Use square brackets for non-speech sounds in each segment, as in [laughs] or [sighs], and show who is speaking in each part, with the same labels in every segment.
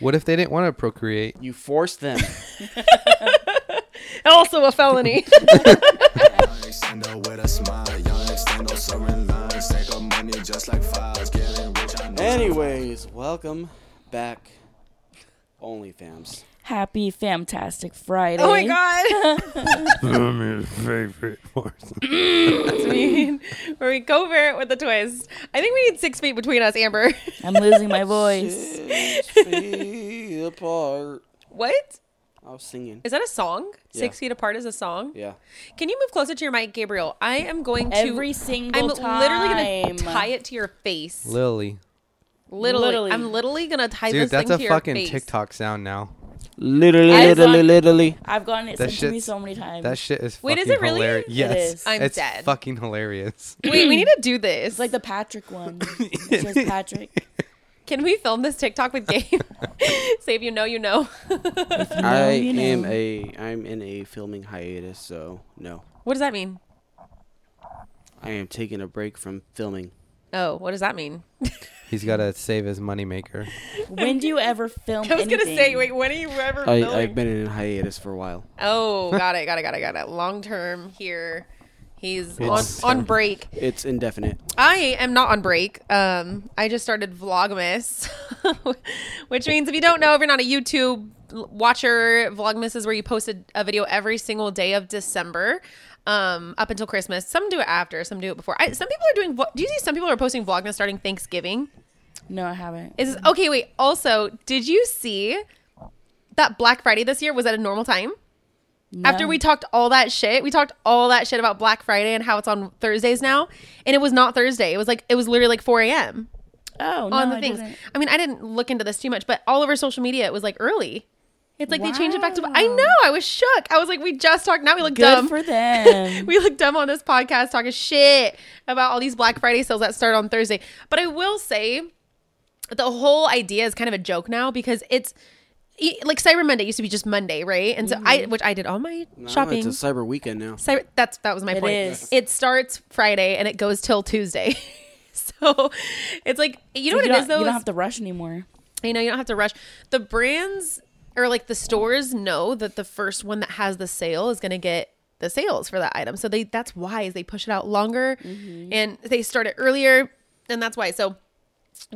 Speaker 1: What if they didn't want to procreate?
Speaker 2: You force them.
Speaker 3: Also a
Speaker 4: [laughs]
Speaker 3: felony. Oh
Speaker 5: Stand up with a smile, y'all stand up serving lines. Take up money just like files, getting rich. I know
Speaker 2: [laughs] Anyways, welcome back, OnlyFams.
Speaker 4: Happy Fantastic Friday.
Speaker 3: oh my god. That's [laughs] mean. Where we go for it with a twist. I think we need six feet between us, Amber. [laughs]
Speaker 4: I'm losing my
Speaker 2: [laughs]
Speaker 4: voice.
Speaker 2: Feet apart.
Speaker 3: what?
Speaker 2: I was singing.
Speaker 3: Is that a song? Six
Speaker 2: Yeah.
Speaker 3: feet apart is a song.
Speaker 2: Yeah.
Speaker 3: Can you move closer to your mic, Gabriel? I am going to
Speaker 4: Every single
Speaker 3: I'm literally
Speaker 4: time.
Speaker 3: gonna tie it to your face.
Speaker 1: Lily.
Speaker 3: Literally,
Speaker 4: Literally.
Speaker 3: I'm literally gonna tie
Speaker 1: Dude,
Speaker 3: this
Speaker 1: that's
Speaker 3: thing
Speaker 1: a
Speaker 3: to your
Speaker 1: fucking
Speaker 3: face.
Speaker 1: TikTok sound now.
Speaker 2: Literally,
Speaker 4: I was
Speaker 2: literally,
Speaker 4: on-
Speaker 2: literally.
Speaker 4: I've gotten it
Speaker 1: That
Speaker 4: sent to me
Speaker 1: shit's-
Speaker 4: so many times.
Speaker 1: That shit is
Speaker 3: Wait,
Speaker 1: fucking
Speaker 3: is it really?
Speaker 1: hilarious.
Speaker 3: It
Speaker 1: Yes.
Speaker 4: is.
Speaker 3: I'm
Speaker 1: it's
Speaker 3: dead.
Speaker 1: fucking
Speaker 3: [laughs]
Speaker 1: hilarious.
Speaker 3: Wait, we need to do this.
Speaker 4: it's like the Patrick
Speaker 1: [laughs]
Speaker 4: one. It says Patrick.
Speaker 3: can we film this TikTok with
Speaker 1: [laughs]
Speaker 3: Gabe? [laughs] Save you know, you know.
Speaker 2: I
Speaker 4: you know.
Speaker 2: am a. I'm in a filming hiatus, so no.
Speaker 3: What does that mean?
Speaker 2: I am taking a break from filming.
Speaker 3: Oh, what does that mean? [laughs]
Speaker 1: He's got to save his moneymaker.
Speaker 4: When do you ever film
Speaker 3: I was
Speaker 4: anything?
Speaker 3: gonna say, wait, when are you ever
Speaker 2: I,
Speaker 3: filming?
Speaker 2: I've been in a hiatus for a while.
Speaker 3: Oh, got it, got it, got it, got it. Long term here. He's on,
Speaker 1: It's-
Speaker 3: on break.
Speaker 2: It's
Speaker 4: [laughs]
Speaker 2: indefinite.
Speaker 3: I am not on break. Um, I just started Vlogmas, [laughs] which means if you don't know, if you're not a YouTube l- watcher, Vlogmas is where you post a, a video every single day of December, um, up until Christmas. Some do it after, some do it before. I, some people are doing. vlo- Do you see some people are posting Vlogmas starting Thanksgiving?
Speaker 4: No, I haven't.
Speaker 3: Is okay. Wait. Also, did you see that Black Friday this year was at a normal time? After we talked all that shit, we talked all that shit about Black Friday and how it's on Thursdays now, and it was not Thursday. It was like it was literally like 4 a.m.
Speaker 4: oh, no,
Speaker 3: on the
Speaker 4: I
Speaker 3: things.
Speaker 4: didn't.
Speaker 3: I mean, I didn't look into this too much, but all over social media, it was like early. It's like they changed it back to. I
Speaker 4: Wow.
Speaker 3: know. I was shook. I was like, we just talked. Now we look
Speaker 4: Good
Speaker 3: dumb. [laughs]
Speaker 4: for them.
Speaker 3: we look dumb on this podcast talking shit about all these Black Friday sales that start on Thursday. But I will say, the whole idea is kind of a joke now because it's e- like Cyber Monday used to be just Monday, right? And so I,
Speaker 4: Mm-hmm.
Speaker 3: which I did all my shopping.
Speaker 2: It's a cyber weekend now.
Speaker 3: Cyber, that's that was my
Speaker 4: It
Speaker 3: point.
Speaker 4: is.
Speaker 3: It starts Friday and it goes till Tuesday. [laughs] so it's like you know what
Speaker 4: you
Speaker 3: it
Speaker 4: don't,
Speaker 3: is though.
Speaker 4: you don't
Speaker 3: is-
Speaker 4: have to rush anymore.
Speaker 3: you know you don't have to rush the brands or like the stores know that the first one that has the sale is going to get the sales for that item so they that's why is they push it out longer and they start it earlier and that's why so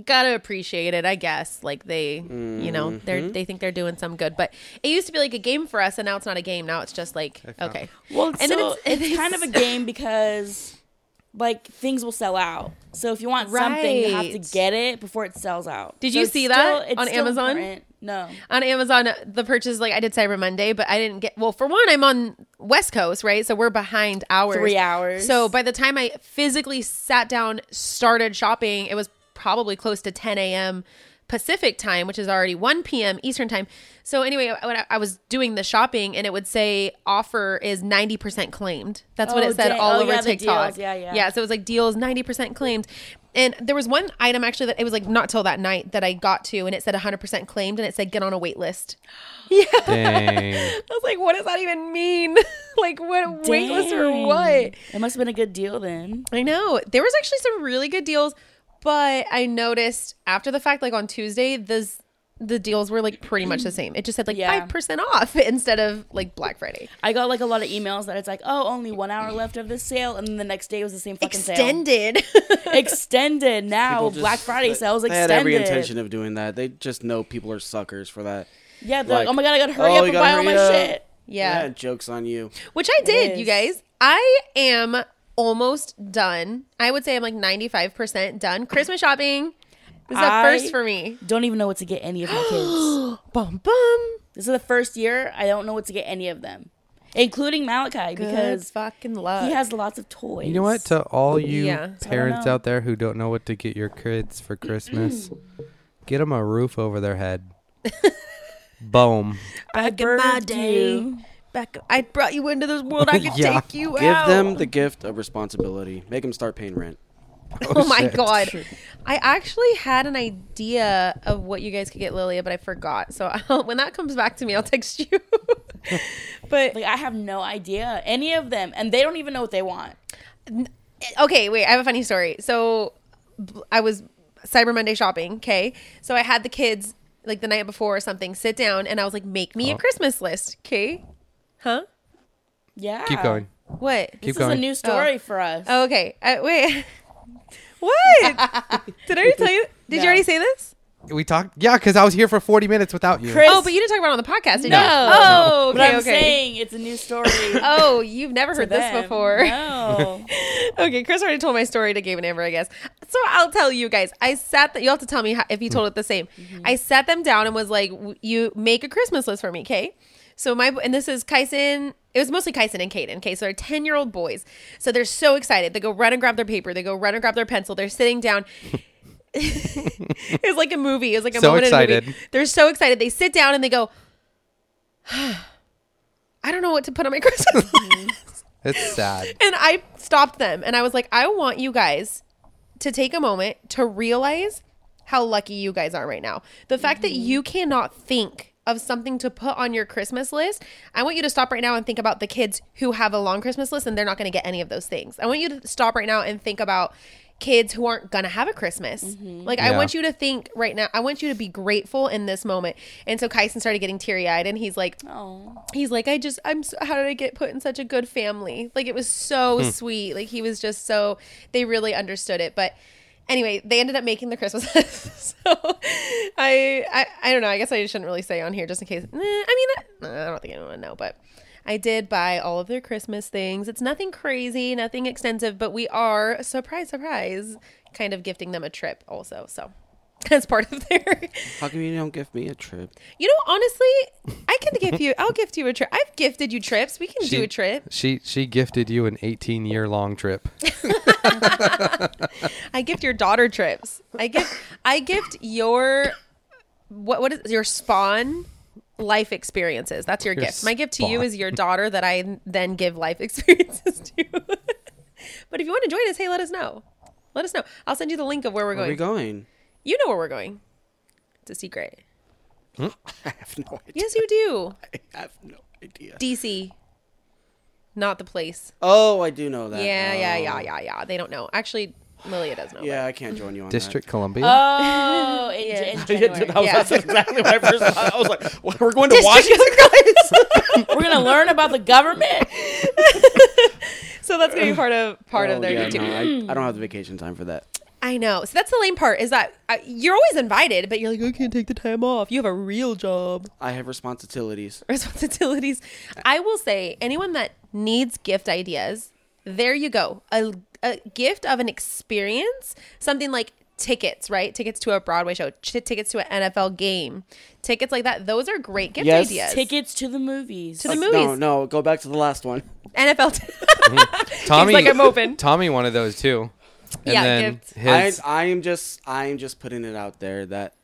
Speaker 3: gotta appreciate it i guess like they you know they're they think they're doing some good but it used to be like a game for us and now it's not a game now it's just like okay
Speaker 4: Well, and
Speaker 3: then
Speaker 4: so
Speaker 3: it's-
Speaker 4: it's, kind of a game because like things will sell out. So if you want something, you have to
Speaker 3: Right.
Speaker 4: get it before it sells out.
Speaker 3: Did
Speaker 4: So
Speaker 3: you
Speaker 4: it's
Speaker 3: see that
Speaker 4: it's
Speaker 3: on Amazon?
Speaker 4: important. No.
Speaker 3: on Amazon, the purchase like I did Cyber Monday, but I didn't get. Well, for one, I'm on West Coast, right? So we're behind hours,
Speaker 4: Three hours.
Speaker 3: So by the time I physically sat down, started shopping, it was probably close to 10 a.m. Pacific time, which is already 1 p.m. Eastern time. So anyway, when I, I was doing the shopping, and it would say offer is 90% claimed. That's what
Speaker 4: Oh,
Speaker 3: it said
Speaker 4: dang.
Speaker 3: all
Speaker 4: Oh,
Speaker 3: over
Speaker 4: yeah, the
Speaker 3: TikTok.
Speaker 4: deals. Yeah, yeah.
Speaker 3: Yeah, so it was like deals 90% claimed. And there was one item actually that it was like not till that night that I got to and it said 100% claimed and it said get on a wait list.
Speaker 1: Dang.
Speaker 3: [laughs] I was like, what does that even mean? [laughs] like what wait list or
Speaker 4: Dang.
Speaker 3: what?
Speaker 4: It must have been a good deal then.
Speaker 3: I know. There was actually some really good deals, but I noticed after the fact like on Tuesday this the deals were like pretty much the same. It just said like
Speaker 4: Yeah.
Speaker 3: 5% off [laughs] instead of like Black Friday.
Speaker 4: I got like a lot of emails that it's like, oh, only one hour left of this sale, and then the next day it was the same fucking
Speaker 3: Extended. [laughs]
Speaker 4: sale. Extended now
Speaker 2: People just-
Speaker 4: Black Friday
Speaker 2: they-
Speaker 4: sales
Speaker 2: They
Speaker 4: extended.
Speaker 2: had every intention of doing that. They just know people are suckers for that.
Speaker 4: yeah, they're like,
Speaker 2: like,
Speaker 4: oh my god, I gotta hurry
Speaker 2: "Oh,
Speaker 4: up
Speaker 2: we
Speaker 4: and
Speaker 2: gotta
Speaker 4: buy all my
Speaker 2: hurry up."
Speaker 4: shit.
Speaker 3: yeah.
Speaker 2: jokes on you.
Speaker 3: Which I did,
Speaker 4: is.
Speaker 3: you guys. I am almost done. I would say I'm like 95% done. Christmas shopping. This is a
Speaker 4: I-
Speaker 3: first for me.
Speaker 4: Don't even know what to get any of my kids.
Speaker 3: Bum bum.
Speaker 4: This is the first year I don't know what to get any of them, including Malachi
Speaker 3: Because
Speaker 4: because
Speaker 3: fucking love.
Speaker 4: he has lots of toys.
Speaker 1: You know what? To all you
Speaker 3: Yeah. I don't
Speaker 1: parents
Speaker 4: know.
Speaker 1: out
Speaker 3: [clears throat] [laughs]
Speaker 1: there who don't know what to get your kids for Christmas, get them a roof over their head. Boom.
Speaker 6: Back
Speaker 3: in my day. Back, I brought you into this world. I could
Speaker 1: Yeah.
Speaker 3: take you
Speaker 2: Give
Speaker 3: out.
Speaker 2: them the gift of responsibility. Make them start paying rent.
Speaker 3: Oh, my
Speaker 1: shit.
Speaker 3: god. I actually had an idea of what you guys could get Lilia, but I forgot. So [laughs] I'll, when that comes back to me, I'll text you. [laughs] but
Speaker 6: Like I have no idea any of them, and they don't even know what they want.
Speaker 3: okay, wait, I have a funny story. So b- I was Cyber Monday shopping, okay? So I had the kids like the night before or something sit down and I was like make me a
Speaker 1: Oh.
Speaker 3: Christmas list, okay? Huh?
Speaker 6: Yeah.
Speaker 1: Keep going.
Speaker 3: What?
Speaker 1: Keep
Speaker 6: This is
Speaker 1: going.
Speaker 6: a new story for us.
Speaker 3: Oh, okay. I, wait. [laughs] what?
Speaker 6: [laughs]
Speaker 3: Did I already tell you? Did
Speaker 6: No.
Speaker 3: you already say this?
Speaker 1: we talked. Yeah, because I was here for 40 minutes without you.
Speaker 6: Chris,
Speaker 3: Oh, but you didn't talk about it on the podcast, did
Speaker 6: No.
Speaker 3: you? Oh, okay,
Speaker 6: but I'm
Speaker 3: okay.
Speaker 6: saying it's a new story.
Speaker 3: [laughs] Oh, you've never
Speaker 6: to
Speaker 3: heard this
Speaker 6: them.
Speaker 3: before. [laughs]
Speaker 6: No.
Speaker 3: okay, Chris already told my story to Gabe and Amber, I guess. So I'll tell you guys. I sat that you'll have to tell me how, if you told it the same.
Speaker 1: Mm-hmm.
Speaker 3: I sat them down and was like, w- "You make a Christmas list for me, okay?" So my and this is Kyson. It was mostly Kyson and Kaden. Okay, so they're ten year old boys. So they're so excited. They go run and grab their paper. They go run and grab their pencil. They're sitting down. [laughs] it was like a movie. It was like a
Speaker 1: So
Speaker 3: moment in a
Speaker 1: excited.
Speaker 3: movie. They're so excited. They sit down and they go. [sighs] I don't know what to put on my [laughs] Christmas list.
Speaker 1: It's sad.
Speaker 3: And I stopped them and I was like, I want you guys to take a moment to realize how lucky you guys are right now. The fact that you cannot think of something to put on your Christmas list, I want you to stop right now and think about the kids who have a long Christmas list and they're not going to get any of those things. I want you to stop right now and think about kids who aren't going to have a Christmas. Like, I
Speaker 1: Yeah.
Speaker 3: want you to think right now, I want you to be grateful in this moment. And so Kyson started getting teary eyed and he's like,
Speaker 6: Oh.
Speaker 3: he's like i just i'm so, how did i get put in such a good family like it was so sweet like he was just so they really understood it but anyway they ended up making the christmas [laughs] list so I, I i don't know i guess i shouldn't really say on here just in case Nah, i mean I, I don't think anyone would know but i did buy all of their christmas things it's nothing crazy nothing extensive but we are surprise surprise kind of gifting them a trip also so [laughs] that's part of their
Speaker 2: How come you don't give me a trip?
Speaker 3: you know, honestly, I can give you. I'll gift you a trip. I've gifted you trips. We can do a trip.
Speaker 1: She she gifted you an 18 year long
Speaker 3: [laughs]
Speaker 1: trip.
Speaker 3: I gift your daughter trips. I gift. I gift your what? What is your spawn? Life experiences. That's your,
Speaker 1: Your
Speaker 3: gift. My gift to you
Speaker 1: spawn.
Speaker 3: is your daughter that I then give life [laughs] experiences to. but if you want to join us, hey, let us know. Let us know. I'll send you the link of where we're
Speaker 2: Where are
Speaker 3: going.
Speaker 2: we going?
Speaker 3: You know where we're going. It's a secret.
Speaker 2: [laughs] I have no idea.
Speaker 3: Yes, you do.
Speaker 2: I have no idea.
Speaker 3: DC. Not the place.
Speaker 2: Oh, I do know that.
Speaker 3: Yeah, yeah,
Speaker 2: Oh.
Speaker 3: yeah, yeah, yeah. They don't know. Actually, Lilia does know. but-
Speaker 2: Yeah, I can't join you on
Speaker 1: District
Speaker 2: That.
Speaker 1: Columbia.
Speaker 6: Oh,
Speaker 1: [laughs]
Speaker 6: in, in January.
Speaker 2: that was,
Speaker 3: Yeah.
Speaker 2: that's exactly what I first thought. I was like, "What, we're
Speaker 3: [laughs]
Speaker 2: going to
Speaker 3: District
Speaker 2: Washington. [laughs]
Speaker 6: We're gonna learn about the government.
Speaker 3: [laughs] So that's gonna be part of part
Speaker 2: Oh,
Speaker 3: of their
Speaker 2: yeah,
Speaker 3: YouTube.
Speaker 2: no, I, I don't have the vacation time for that.
Speaker 3: I know. So that's the lame part is that uh, you're always invited, but you're like, I can't take the time off. You have a real job, [laughs]
Speaker 2: I have responsibilities.
Speaker 3: responsibilities. I will say, anyone that needs gift ideas, there you go. A, a gift of an experience, something like tickets, right? Tickets to a Broadway show, t- tickets to an NFL game, tickets like that. Those are great gift
Speaker 2: Yes.
Speaker 3: ideas.
Speaker 6: Tickets to the movies.
Speaker 3: to the
Speaker 2: No,
Speaker 3: movies,
Speaker 2: no, go back to the last one.
Speaker 3: NFL. T- [laughs]
Speaker 1: Tommy
Speaker 3: like, "I'm
Speaker 1: [laughs]
Speaker 3: open."
Speaker 1: Tommy wanted those too. And
Speaker 3: Yeah,
Speaker 1: then
Speaker 3: gifts.
Speaker 1: his
Speaker 2: I, I am just, I am just putting it out there that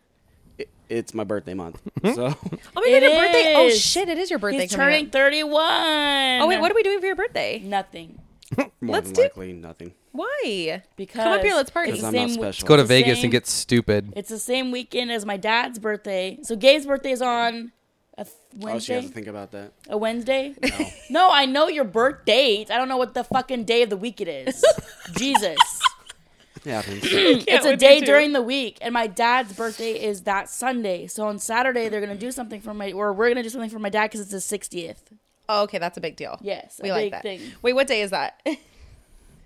Speaker 2: it, it's my birthday month.
Speaker 1: Mm-hmm.
Speaker 2: so [laughs]
Speaker 3: oh my god, your
Speaker 6: It
Speaker 3: birthday! Oh
Speaker 6: is.
Speaker 3: shit, it is your birthday.
Speaker 6: He's
Speaker 3: coming up.
Speaker 6: turning 31.
Speaker 3: Oh wait, what are we doing for your birthday?
Speaker 6: Nothing.
Speaker 2: more
Speaker 3: Let's
Speaker 2: than
Speaker 3: do-
Speaker 2: likely nothing.
Speaker 3: Why?
Speaker 6: Because
Speaker 3: come up here, let's party.
Speaker 6: it's
Speaker 2: Because
Speaker 6: the
Speaker 2: I'm not
Speaker 6: same w-
Speaker 1: [laughs]
Speaker 2: special.
Speaker 1: go to
Speaker 6: the
Speaker 1: Vegas
Speaker 6: same-
Speaker 1: and get stupid.
Speaker 6: It's the same weekend as my dad's birthday. So Gabe's birthday is on a th-
Speaker 2: oh, she
Speaker 6: Wednesday.
Speaker 2: has to think about that.
Speaker 6: a Wednesday? [laughs] No. I know your birth date. I don't know what the fucking day of the week it is. Jesus.
Speaker 2: It happens.
Speaker 6: It's a
Speaker 3: with
Speaker 6: day
Speaker 3: you too.
Speaker 6: during the week, and my dad's birthday is that Sunday. So on Saturday they're gonna do something for my, or we're gonna do something for my dad because it's his sixtieth.
Speaker 3: Oh, okay, that's a big deal.
Speaker 6: Yes, a
Speaker 3: we like
Speaker 6: big
Speaker 3: that.
Speaker 6: thing.
Speaker 3: Wait, what day
Speaker 2: [laughs]
Speaker 3: is that?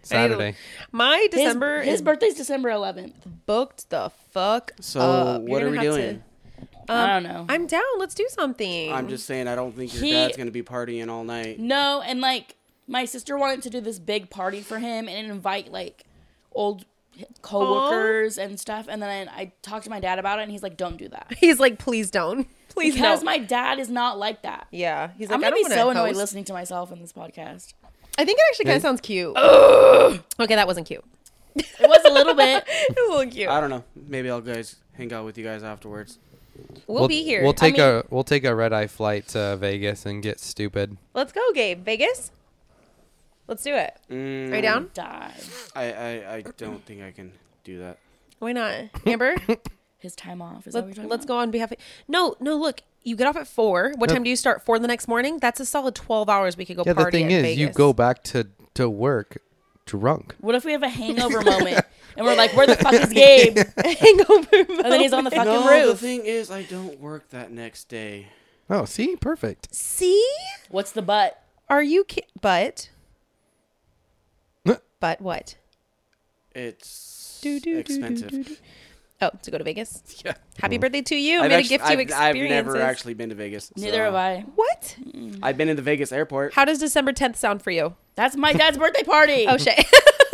Speaker 1: Saturday.
Speaker 3: My
Speaker 6: His,
Speaker 3: December Um,
Speaker 6: his
Speaker 3: is
Speaker 6: birthday's December eleventh.
Speaker 3: booked the fuck. [clears throat]
Speaker 2: So
Speaker 3: up. Oh, You're
Speaker 2: what are
Speaker 3: gonna
Speaker 2: we
Speaker 3: have to-
Speaker 2: doing?
Speaker 6: I don't know.
Speaker 3: I'm down. Let's do something. [laughs]
Speaker 2: I'm just saying, I don't think your
Speaker 6: He-
Speaker 2: dad's gonna be partying all night.
Speaker 6: No, and like my sister wanted to do this big party for him and invite like old coworkers and stuff. And then I, I talked to my dad about it, and he's like, "Don't
Speaker 3: [laughs]
Speaker 6: do that,"
Speaker 3: He's like, please don't. [laughs] Please
Speaker 6: because
Speaker 3: no.
Speaker 6: my dad is not like that.
Speaker 3: yeah, he's like,
Speaker 6: I'm
Speaker 3: I
Speaker 6: gonna
Speaker 3: don't
Speaker 6: be
Speaker 3: wanna
Speaker 6: so annoyed
Speaker 3: host.
Speaker 6: listening to myself in this podcast.
Speaker 3: I think it actually kind of sounds cute. [laughs] okay, that wasn't
Speaker 6: [laughs]
Speaker 3: cute.
Speaker 6: It was a little bit.
Speaker 3: [laughs] It was a little cute.
Speaker 2: I don't know. Maybe I'll guys hang out with you guys afterwards.
Speaker 7: We'll, be here.
Speaker 1: We'll take
Speaker 7: I mean,
Speaker 1: a we'll take a red eye flight to Vegas and get stupid.
Speaker 7: Let's go, Gabe. Vegas. Let's do it.
Speaker 3: Are
Speaker 2: Mm.
Speaker 3: you down?
Speaker 6: Die.
Speaker 2: I, I, I don't think I can do that.
Speaker 3: Why not,
Speaker 2: [laughs]
Speaker 3: Amber?
Speaker 6: His time off. Is that what
Speaker 3: Let,
Speaker 6: you're talking
Speaker 3: let's go on behalf of. No, no. Look, you get off at four. What time do you start? Four the next morning. That's a solid twelve hours. We could go
Speaker 1: Yeah,
Speaker 3: party.
Speaker 1: the thing
Speaker 3: at
Speaker 1: is, you
Speaker 3: Vegas. [laughs]
Speaker 1: go back to to work drunk.
Speaker 6: What if we have a hangover moment and we're like, where the
Speaker 3: [laughs]
Speaker 6: fuck is Gabe?
Speaker 3: hangover.
Speaker 6: And
Speaker 3: [laughs]
Speaker 6: then he's on the fucking
Speaker 2: no, the
Speaker 6: roof.
Speaker 2: thing is, I don't work that next day.
Speaker 1: Oh, see, perfect.
Speaker 3: See?
Speaker 6: What's the butt?
Speaker 3: Are you ki-
Speaker 2: [laughs]
Speaker 3: but? but what?
Speaker 2: It's
Speaker 3: Do, do, do, do,
Speaker 2: expensive.
Speaker 3: Oh, to go to
Speaker 2: [laughs]
Speaker 3: Vegas.
Speaker 2: Yeah. Mm.
Speaker 3: Happy birthday to you! I'm
Speaker 2: I've
Speaker 3: gonna
Speaker 2: actu-
Speaker 3: gift you
Speaker 2: I've,
Speaker 3: experiences.
Speaker 2: I've never actually been to Vegas.
Speaker 6: Neither
Speaker 2: so-
Speaker 6: have I.
Speaker 3: What?
Speaker 2: I've been in the Vegas airport.
Speaker 3: How does December 10th sound for you?
Speaker 6: That's my dad's birthday party.
Speaker 2: [laughs]
Speaker 3: Oh shit!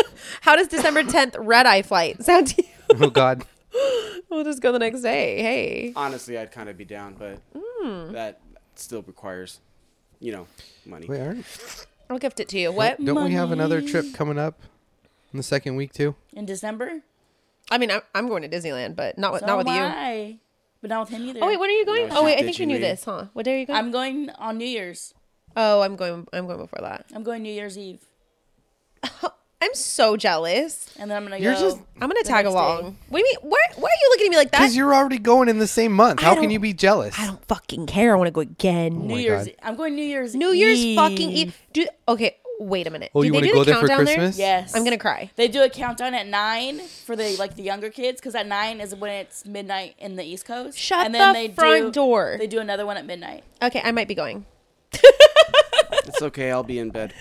Speaker 3: [laughs] How does December 10th red eye flight [laughs] sound to you?
Speaker 1: [laughs]
Speaker 2: [laughs]
Speaker 1: Oh God,
Speaker 3: We'll just go the next day. Hey.
Speaker 2: Honestly, I'd kind of be down, but
Speaker 3: Hmm.
Speaker 2: that still requires, you know, money.
Speaker 1: [laughs] wait, aren't,
Speaker 3: I'll gift it to you. What?
Speaker 1: don't we have another trip coming up in the second week too?
Speaker 6: In December?
Speaker 3: I mean, I'm, I'm going to Disneyland, but not with,
Speaker 6: So
Speaker 3: not with you.
Speaker 6: I. But not with him either.
Speaker 3: Oh wait, when are you going?
Speaker 2: No,
Speaker 3: oh wait, I
Speaker 2: she's
Speaker 3: think you knew
Speaker 2: digitally-
Speaker 3: this, huh? What day are you going?
Speaker 6: I'm going on New Year's.
Speaker 3: oh, I'm going. I'm going before that.
Speaker 6: I'm going New Year's Eve.
Speaker 3: I'm so jealous.
Speaker 6: And then I'm going to
Speaker 1: You're
Speaker 6: go.
Speaker 1: just-
Speaker 3: I'm gonna tag
Speaker 6: next
Speaker 3: along.
Speaker 6: day.
Speaker 3: What do you mean? Why, why are you looking at me like that?
Speaker 1: Because you're already going in the same month. How can
Speaker 3: don't-
Speaker 1: you be jealous?
Speaker 3: I don't fucking care. I want to go again.
Speaker 2: Oh
Speaker 6: New
Speaker 1: my
Speaker 6: Year's. E-
Speaker 1: God.
Speaker 6: I'm going New Year's
Speaker 3: New Year's
Speaker 6: Eve.
Speaker 3: fucking Eve. Do okay. Wait a minute.
Speaker 1: Oh,
Speaker 3: Do
Speaker 1: you
Speaker 3: they
Speaker 1: want to
Speaker 3: do
Speaker 1: go
Speaker 3: the
Speaker 1: there for
Speaker 3: countdown
Speaker 1: Christmas?
Speaker 6: Yes.
Speaker 3: I'm gonna cry.
Speaker 6: They do a countdown at nine for the like the younger kids because at nine is when it's midnight in the East Coast.
Speaker 3: Shut
Speaker 6: and then
Speaker 3: the
Speaker 6: they
Speaker 3: front
Speaker 6: do,
Speaker 3: door.
Speaker 6: They do another one at midnight.
Speaker 3: Okay, I might be going.
Speaker 2: It's okay. I'll be in bed.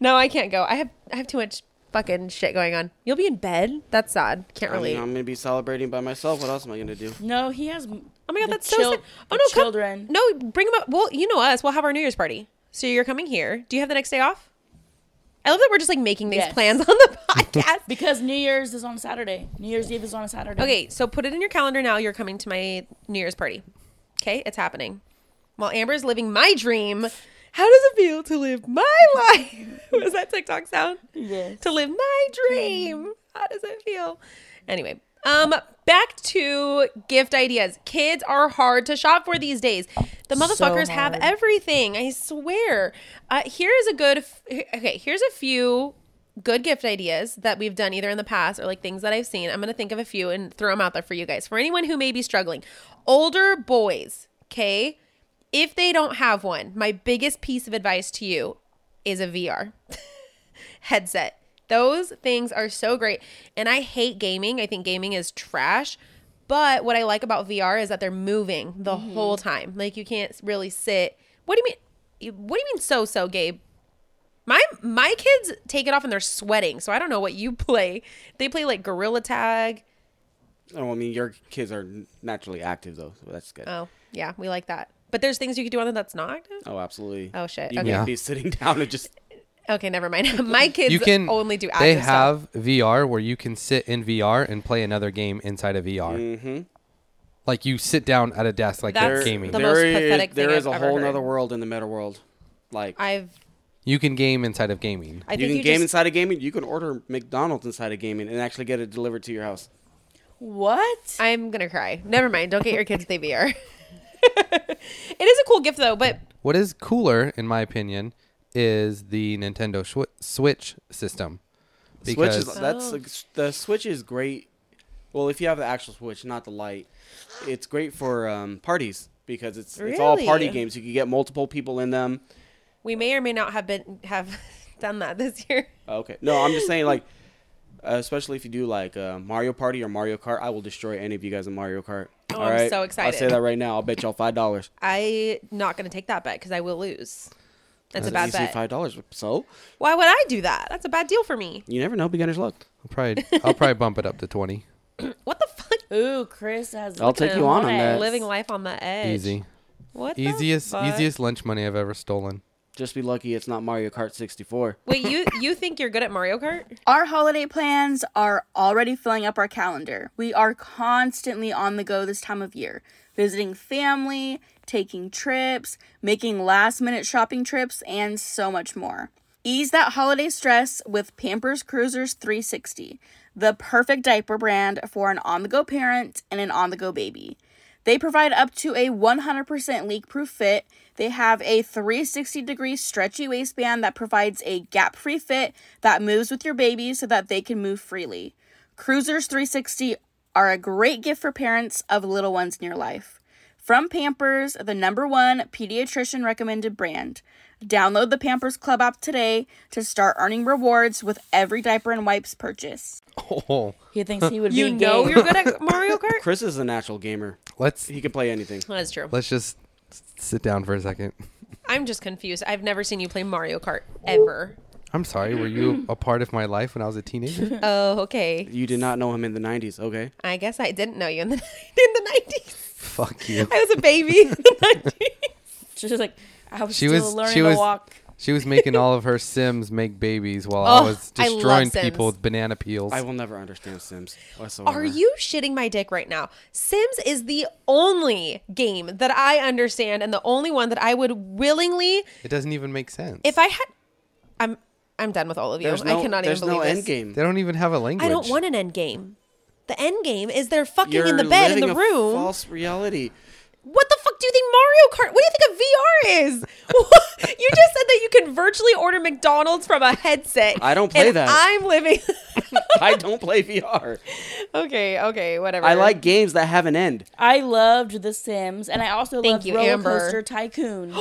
Speaker 3: No, I can't go. I have I have too much fucking shit going on. You'll be in bed. That's sad. Can't
Speaker 2: I
Speaker 3: really.
Speaker 2: mean, I'm gonna be celebrating by myself. What else am I gonna do?
Speaker 6: No, he has. Oh
Speaker 3: oh my god, that's so sad. Oh no, come-
Speaker 6: children.
Speaker 3: no, bring them up. Well, you know us. We'll have our New Year's party. So you're coming here. Do you have the next day off? I love that we're just like making these
Speaker 6: Yes.
Speaker 3: plans on the [laughs] podcast.
Speaker 6: because New Year's is on Saturday. New Year's Eve is on a Saturday.
Speaker 3: Okay, so put it in your calendar now. You're coming to my New Year's party. Okay, it's happening. While Amber's living my dream, how does it feel to live my [laughs] life? Was that TikTok sound?
Speaker 6: Yes.
Speaker 3: To live my dream. How does it feel? Anyway, um, back to gift ideas. Kids are hard to shop for these days. The motherfuckers have
Speaker 6: hard.
Speaker 3: everything. I swear. Uh, here is a good. f- Okay, here's a few good gift ideas that we've done either in the past or like things that I've seen. I'm going to think of a few and throw them out there for you guys. For anyone who may be struggling, older boys, okay? If they don't have one, my biggest piece of advice to you is a VR [laughs] headset. Those things are so great. And I hate gaming. I think gaming is trash. But what I like about VR is that they're moving the whole time. Like you can't really sit. What do you mean? you- What do you mean so so, Gabe? My my kids take it off and they're sweating. So I don't know what you [laughs] play. They play like gorilla tag.
Speaker 2: Oh, I mean, your kids are naturally active though, so that's good.
Speaker 3: Oh, yeah, we like that. But there's things you could do on it that's not active.
Speaker 2: oh, absolutely.
Speaker 3: Oh, shit,
Speaker 2: You
Speaker 3: okay.
Speaker 1: Yeah.
Speaker 2: can't be [laughs] sitting down and just.
Speaker 3: Okay, never mind. [laughs] my kids
Speaker 1: you can
Speaker 3: only do active
Speaker 1: They
Speaker 3: stuff.
Speaker 1: have VR where you can sit in VR and play another game inside of VR.
Speaker 2: Mm-hmm.
Speaker 1: Like you sit down at a desk like
Speaker 3: That's
Speaker 1: you're [laughs] gaming.
Speaker 3: the most
Speaker 2: There is
Speaker 3: pathetic thing
Speaker 2: there
Speaker 3: I've
Speaker 2: is a
Speaker 3: ever
Speaker 2: whole
Speaker 3: heard.
Speaker 2: other world in the meta world. Like
Speaker 3: I've
Speaker 1: you can game inside of gaming.
Speaker 3: I
Speaker 2: you
Speaker 3: think
Speaker 2: can
Speaker 3: you
Speaker 2: game
Speaker 3: just,
Speaker 2: inside of gaming. You can order McDonald's inside of gaming and actually get it delivered to your house.
Speaker 6: What?
Speaker 3: I'm gonna cry. Never mind. Don't get your kids the VR. [laughs] it is a cool gift though, but
Speaker 1: What is cooler, in my opinion, is the Nintendo Shwi- Switch system.
Speaker 2: Switch is
Speaker 1: Because-
Speaker 2: that's
Speaker 3: Oh.
Speaker 2: the Switch is great. Well, if you have the actual Switch, not the light, it's great for um, parties because it's it's all party
Speaker 3: Really?
Speaker 2: games. You can get multiple people in them.
Speaker 3: we may or may not have been have [laughs] done that this year.
Speaker 2: Oh, Okay, no, I'm just saying like, uh, especially if you do like uh, Mario Party or Mario Kart, I will destroy any of you guys in Mario Kart.
Speaker 3: Oh, I'm so
Speaker 2: I'll
Speaker 3: excited.
Speaker 2: say that right now. I'll bet y'all five dollars.
Speaker 3: I not gonna take that bet because I will lose. That's a bad bet.
Speaker 2: Five dollars. So
Speaker 3: Why would I do that? That's a bad deal for me.
Speaker 2: you never know. Beginner's luck.
Speaker 1: I'll probably I'll probably bump it up to
Speaker 3: [laughs]
Speaker 1: twenty.
Speaker 3: What the fuck?
Speaker 6: Ooh, Chris has.
Speaker 2: I'll take you on on
Speaker 6: Nice.
Speaker 2: that.
Speaker 3: Living life on the edge.
Speaker 1: Easy.
Speaker 3: What? the
Speaker 1: Easiest
Speaker 3: fuck?
Speaker 1: easiest lunch money I've ever stolen.
Speaker 2: Just be lucky it's not Mario Kart 64.
Speaker 3: Wait, you you think you're good at Mario Kart?
Speaker 1: [laughs]
Speaker 6: Our holiday plans are already filling up our calendar. We are constantly on the go this time of year, visiting family, taking trips, making last minute shopping trips, and so much more. Ease that holiday stress with Pampers Cruisers 360, the perfect diaper brand for an on the go parent and an on the go baby.
Speaker 4: They provide up to a 100% leak proof fit. They have a 360 degree stretchy waistband that provides a gap free fit that moves with your baby so that they can move freely. Cruisers 360 are a great gift for parents of little ones in your life. From Pampers, the number one pediatrician recommended brand. Download the Pampers Club app today to start earning rewards with every diaper and wipes purchase.
Speaker 1: Oh,
Speaker 6: He thinks he would
Speaker 3: You
Speaker 6: be
Speaker 3: know
Speaker 6: gay.
Speaker 3: you're good at Mario Kart.
Speaker 2: Chris is a natural gamer.
Speaker 1: [laughs] let's
Speaker 2: He can play anything.
Speaker 3: That's true.
Speaker 1: let's just s- sit down for a second.
Speaker 3: I'm just confused. I've never seen you play Mario Kart ever.
Speaker 1: I'm sorry. Were you a part of my life when I was a
Speaker 3: [laughs]
Speaker 1: teenager?
Speaker 3: Oh, okay.
Speaker 2: You did not know him in the '90s, okay?
Speaker 3: I guess I didn't know you in the [laughs] in the 90s.
Speaker 1: Fuck you.
Speaker 3: I was a
Speaker 2: [laughs]
Speaker 3: baby in the 90s.
Speaker 6: She's [laughs] just like, I was
Speaker 1: She
Speaker 6: still
Speaker 1: was-
Speaker 6: learning
Speaker 1: she
Speaker 6: to
Speaker 1: was-
Speaker 6: walk.
Speaker 1: She was making all
Speaker 3: [laughs]
Speaker 1: of her Sims make babies while I
Speaker 3: Oh,
Speaker 1: was
Speaker 3: I love
Speaker 1: destroying
Speaker 3: Sims.
Speaker 1: people with banana peels.
Speaker 2: I will never understand Sims whatsoever.
Speaker 3: Are you shitting my dick right now? Sims is the only game that I understand and the only one that I would willingly
Speaker 1: it doesn't even make sense.
Speaker 3: if I had I'm I'm done with all of you.
Speaker 2: There's no,
Speaker 3: I cannot even
Speaker 2: there's
Speaker 3: believe
Speaker 2: no
Speaker 3: this.
Speaker 2: end game.
Speaker 1: they don't even have a language.
Speaker 3: I don't want an end game. The end game is they're fucking
Speaker 2: You're
Speaker 3: in the bed in
Speaker 2: living
Speaker 3: the
Speaker 2: a
Speaker 3: room.
Speaker 2: False reality. [laughs]
Speaker 3: What the fuck do you think Mario Kart? What do you think of VR is? [laughs] What- you just said that you can virtually order McDonald's from a headset.
Speaker 2: I don't play
Speaker 3: and
Speaker 2: that.
Speaker 3: I'm living. [laughs]
Speaker 2: [laughs] I don't play VR.
Speaker 3: okay, okay, whatever.
Speaker 2: I
Speaker 3: [laughs]
Speaker 2: like games that have an end.
Speaker 6: I loved The Sims, and I also
Speaker 3: Thank
Speaker 6: loved
Speaker 3: you,
Speaker 6: Roller
Speaker 3: Amber.
Speaker 6: Coaster Tycoon.
Speaker 1: [gasps]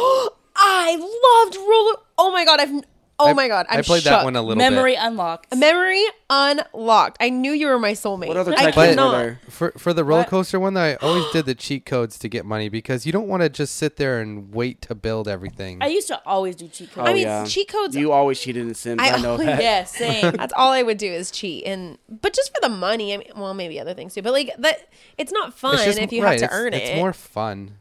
Speaker 3: I loved roller. Oh my god! I've. Oh my god! I'm
Speaker 1: I played
Speaker 3: shook.
Speaker 1: that one a little
Speaker 6: Memory
Speaker 1: bit.
Speaker 6: unlocked.
Speaker 3: Memory unlocked. I knew you were my soulmate.
Speaker 2: What other
Speaker 3: I
Speaker 2: type
Speaker 1: But
Speaker 2: of
Speaker 3: cannot.
Speaker 2: are there?
Speaker 1: for for the roller coaster one, I always
Speaker 3: [gasps]
Speaker 1: did the cheat codes to get money because you don't want to just sit there and wait to build everything.
Speaker 6: I used to always do cheat
Speaker 1: Oh.
Speaker 6: codes.
Speaker 3: I mean, cheat codes-
Speaker 2: Oh, You always cheated in Sims.
Speaker 3: I
Speaker 2: I, know
Speaker 3: always-
Speaker 2: that.
Speaker 1: [laughs]
Speaker 6: yeah, same.
Speaker 3: That's all I would do is cheat, and but just for the money. I mean, well, maybe other things too. But like that, it's not fun
Speaker 1: It's just-
Speaker 3: if you
Speaker 1: right,
Speaker 3: have to
Speaker 1: it's-
Speaker 3: earn it.
Speaker 1: It's more fun.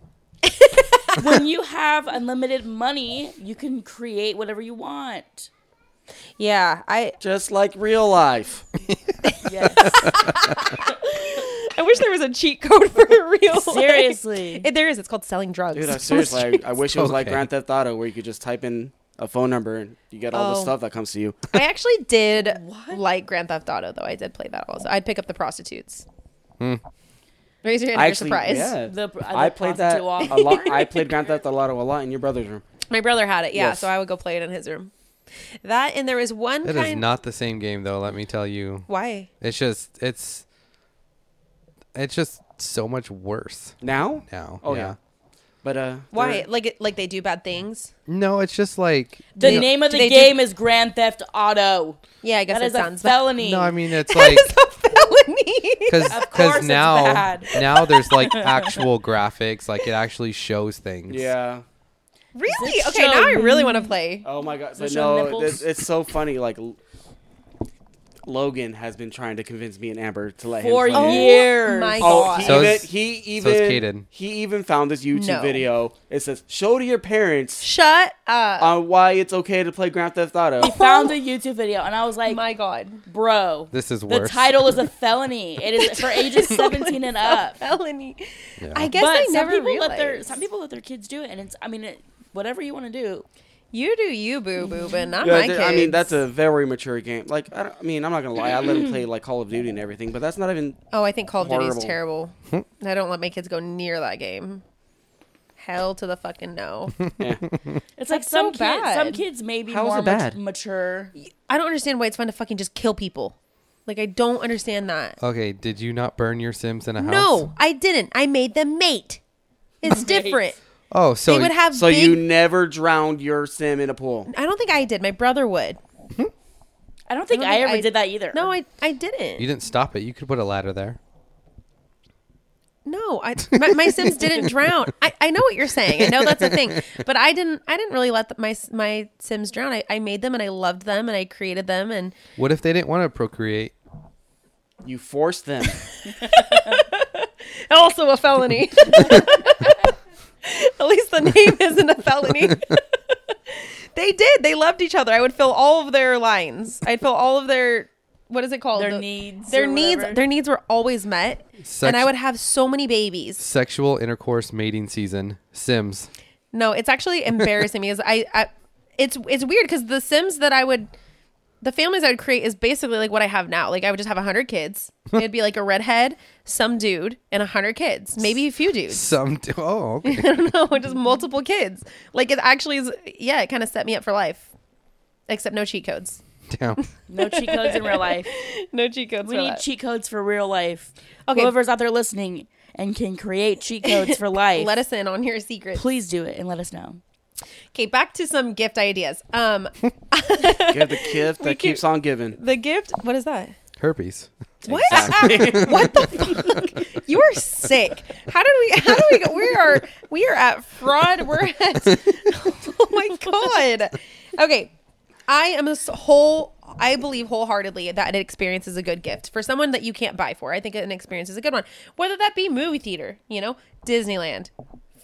Speaker 6: when you have unlimited money, you can create whatever you want.
Speaker 3: yeah, I.
Speaker 2: Just like real life.
Speaker 6: Yes,
Speaker 3: I wish there was a cheat code [laughs] for real. life.
Speaker 6: seriously.
Speaker 3: It, there is. [laughs] It's called selling
Speaker 2: [laughs]
Speaker 3: drugs.
Speaker 2: Dude, I, seriously, I, I wish it was like
Speaker 1: Okay.
Speaker 2: Grand Theft Auto where you could just type in a phone number and you get all the
Speaker 3: Oh.
Speaker 2: stuff that comes to you.
Speaker 3: I actually did like Grand Theft Auto, though. I did play that also. I'd pick up the prostitutes. Raise your hand
Speaker 2: Hmm. I
Speaker 3: if you're
Speaker 2: actually,
Speaker 3: surprised.
Speaker 2: yeah.
Speaker 6: The- the
Speaker 2: I played that a
Speaker 6: prostitute
Speaker 2: lot. I played Grand Theft Auto a lot in your brother's room.
Speaker 3: My brother had it, yeah,
Speaker 2: Yes.
Speaker 3: so I would go play it in his room. That, and there was one
Speaker 1: That
Speaker 3: kind...
Speaker 1: is not the same game though. Let me tell you.
Speaker 3: Why?
Speaker 1: It's just it's it's just so much worse
Speaker 2: Now?
Speaker 1: now.
Speaker 2: Oh, yeah. But, uh.
Speaker 3: Why?
Speaker 2: they're-
Speaker 3: Like, it, like they do bad things?
Speaker 1: No, it's just like
Speaker 6: The
Speaker 3: They-
Speaker 6: name of
Speaker 3: do
Speaker 6: the
Speaker 3: they do-
Speaker 6: game is Grand Theft Auto.
Speaker 3: Yeah, I guess
Speaker 6: That
Speaker 3: it
Speaker 6: is a
Speaker 3: sounds bad.
Speaker 6: felony.
Speaker 1: no. I mean,
Speaker 3: [laughs]
Speaker 1: it's like
Speaker 3: felony.
Speaker 1: because
Speaker 6: course it's
Speaker 1: now
Speaker 6: bad.
Speaker 1: now there's
Speaker 3: [laughs]
Speaker 1: like actual graphics, like it actually shows things.
Speaker 2: Yeah.
Speaker 3: really?
Speaker 6: Does it
Speaker 3: Okay, now I
Speaker 6: show-
Speaker 3: really want to play.
Speaker 2: Oh, my God.
Speaker 6: it
Speaker 2: But
Speaker 6: show
Speaker 2: no,
Speaker 6: nipples?
Speaker 2: it's, it's so funny. Like, L- Logan has been trying to convince me and Amber to let
Speaker 6: for
Speaker 2: him. play it.
Speaker 6: years.
Speaker 3: my
Speaker 2: Oh,
Speaker 3: God.
Speaker 2: he
Speaker 1: So
Speaker 2: even,
Speaker 1: is-
Speaker 2: he
Speaker 1: so
Speaker 2: even
Speaker 1: is Kaden.
Speaker 2: he even found this YouTube
Speaker 3: No.
Speaker 2: video. It says, "Show to your parents
Speaker 3: Shut up.
Speaker 2: on why it's okay to play Grand Theft Auto."
Speaker 6: I found a YouTube video and I was
Speaker 2: Oh.
Speaker 6: like,
Speaker 3: Oh. my God.
Speaker 6: bro,
Speaker 1: This is
Speaker 6: the
Speaker 1: worse. Oh [laughs]
Speaker 6: title is a felony. It is for ages 17 and up.
Speaker 3: Felony. I guess
Speaker 6: But
Speaker 3: I
Speaker 6: some
Speaker 3: never
Speaker 6: people
Speaker 3: realized.
Speaker 6: let their some people let their kids do it, and it's I mean, it, whatever you want to do.
Speaker 3: You do you, boo boo, but not
Speaker 2: Yeah,
Speaker 3: my
Speaker 2: th-
Speaker 3: kids.
Speaker 2: I mean, that's a very mature game. Like, I, don't, I mean, I'm not gonna lie. I let him play like Call of Duty and everything, but that's not even.
Speaker 3: Oh, I think Call of Duty is terrible.
Speaker 2: Horrible.
Speaker 3: I don't let my kids go near that game. Hell to the fucking no. [laughs]
Speaker 6: It's like
Speaker 3: That's
Speaker 6: some
Speaker 3: so
Speaker 6: kids,
Speaker 3: bad.
Speaker 6: some kids may be
Speaker 2: How is
Speaker 6: more
Speaker 2: it
Speaker 6: mat-
Speaker 2: bad?
Speaker 6: mature.
Speaker 3: I don't understand why it's fun to fucking just kill people. Like I don't understand that.
Speaker 1: Okay, did you not burn your Sims in a house?
Speaker 3: No, I didn't. I made them mate. It's different.
Speaker 1: Oh, so
Speaker 3: They would have
Speaker 2: So
Speaker 3: big
Speaker 2: you never drowned your sim in a pool.
Speaker 3: I don't think I did. My brother would.
Speaker 6: I don't think I,
Speaker 3: think
Speaker 6: ever
Speaker 3: I-
Speaker 6: did that either.
Speaker 3: No, I I didn't.
Speaker 1: you didn't stop it. You could put a ladder there.
Speaker 3: No, I my, my Sims didn't drown. I, I know what you're saying. I know that's a thing, but I didn't. I didn't really let the, my my Sims drown. I, I made them and I loved them and I created them and
Speaker 1: What if they didn't want to procreate?
Speaker 2: You forced them.
Speaker 3: also a felony. At least the name isn't a felony. [laughs] they did. They loved each other. I would fill all of their lines. I'd fill all of their what is it called?
Speaker 6: Their
Speaker 3: The-
Speaker 6: needs
Speaker 3: Their
Speaker 6: or
Speaker 3: needs.
Speaker 6: whatever.
Speaker 3: Their needs were always met, and I
Speaker 1: Sex-
Speaker 3: would have so many babies.
Speaker 1: Sexual intercourse mating season. Sims.
Speaker 3: No, it's actually embarrassing because I, I it's it's weird because the Sims that I would the families I would create is basically like what I have now. Like I would just have hundred kids. It'd be like a redhead, some dude, and hundred kids, maybe a few dudes.
Speaker 1: Some. do- [laughs] oh,
Speaker 3: [laughs]
Speaker 1: okay.
Speaker 3: I don't know, just multiple kids. Like it actually is. Yeah, it kind of set me up for life, except no cheat codes.
Speaker 1: Damn.
Speaker 6: No cheat codes in real life.
Speaker 3: [laughs] No cheat codes.
Speaker 6: We
Speaker 3: for
Speaker 6: need
Speaker 3: that.
Speaker 6: cheat codes for real life.
Speaker 3: Okay.
Speaker 6: Whoever's out there listening and can create cheat codes
Speaker 3: [laughs]
Speaker 6: for life,
Speaker 3: Let us in on your secret.
Speaker 6: please do it and let us know.
Speaker 3: Okay, back to some gift ideas. [laughs] Um,
Speaker 2: Give
Speaker 3: [laughs]
Speaker 2: the gift that keeps on giving.
Speaker 3: the gift. What is that?
Speaker 1: Herpes.
Speaker 3: What? [laughs] what the fuck? You are sick. How did we? How do we? go- We are. We are at fraud. We're at. [laughs] Oh my god. Okay, I am a s- whole. I believe wholeheartedly that an experience is a good gift for someone that you can't buy for. I think an experience is a good one, whether that be movie theater, you know, Disneyland,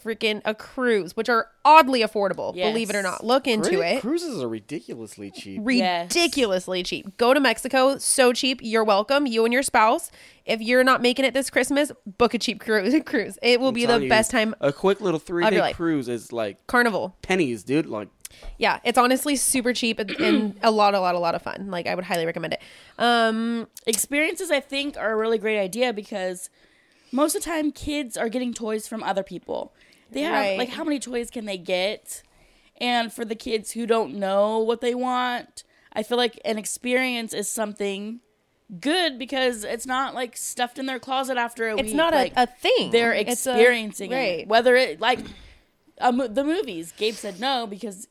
Speaker 3: freaking a cruise, which are oddly affordable. Believe it or
Speaker 6: Yes.
Speaker 3: not, look into
Speaker 2: Cru-
Speaker 3: it
Speaker 2: Cruises are ridiculously cheap.
Speaker 6: Yes.
Speaker 3: ridiculously cheap. Go to Mexico, so cheap. You're welcome, you and your spouse. If you're not making it this Christmas, book a cheap cruise. [laughs] cruise. It will
Speaker 2: I'm
Speaker 3: be the
Speaker 2: telling you,
Speaker 3: best time.
Speaker 2: A quick little three day
Speaker 3: life.
Speaker 2: cruise is like
Speaker 3: Carnival.
Speaker 2: pennies, dude. Like
Speaker 3: Yeah, it's honestly super cheap and, and
Speaker 2: [clears throat]
Speaker 3: a lot, a lot, a lot of fun. Like I would highly recommend it. Um,
Speaker 6: Experiences, I think, are a really great idea because most of the time kids are getting toys from other people. They have
Speaker 3: Right.
Speaker 6: like how many toys can they get? And for the kids who don't know what they want, I feel like an experience is something good because it's not like stuffed in their closet after a week.
Speaker 3: it's not
Speaker 6: like,
Speaker 3: a, a thing.
Speaker 6: They're
Speaker 3: It's a-
Speaker 6: experiencing
Speaker 3: right.
Speaker 6: it. Whether it like a, mo- the movies, Gabe said no because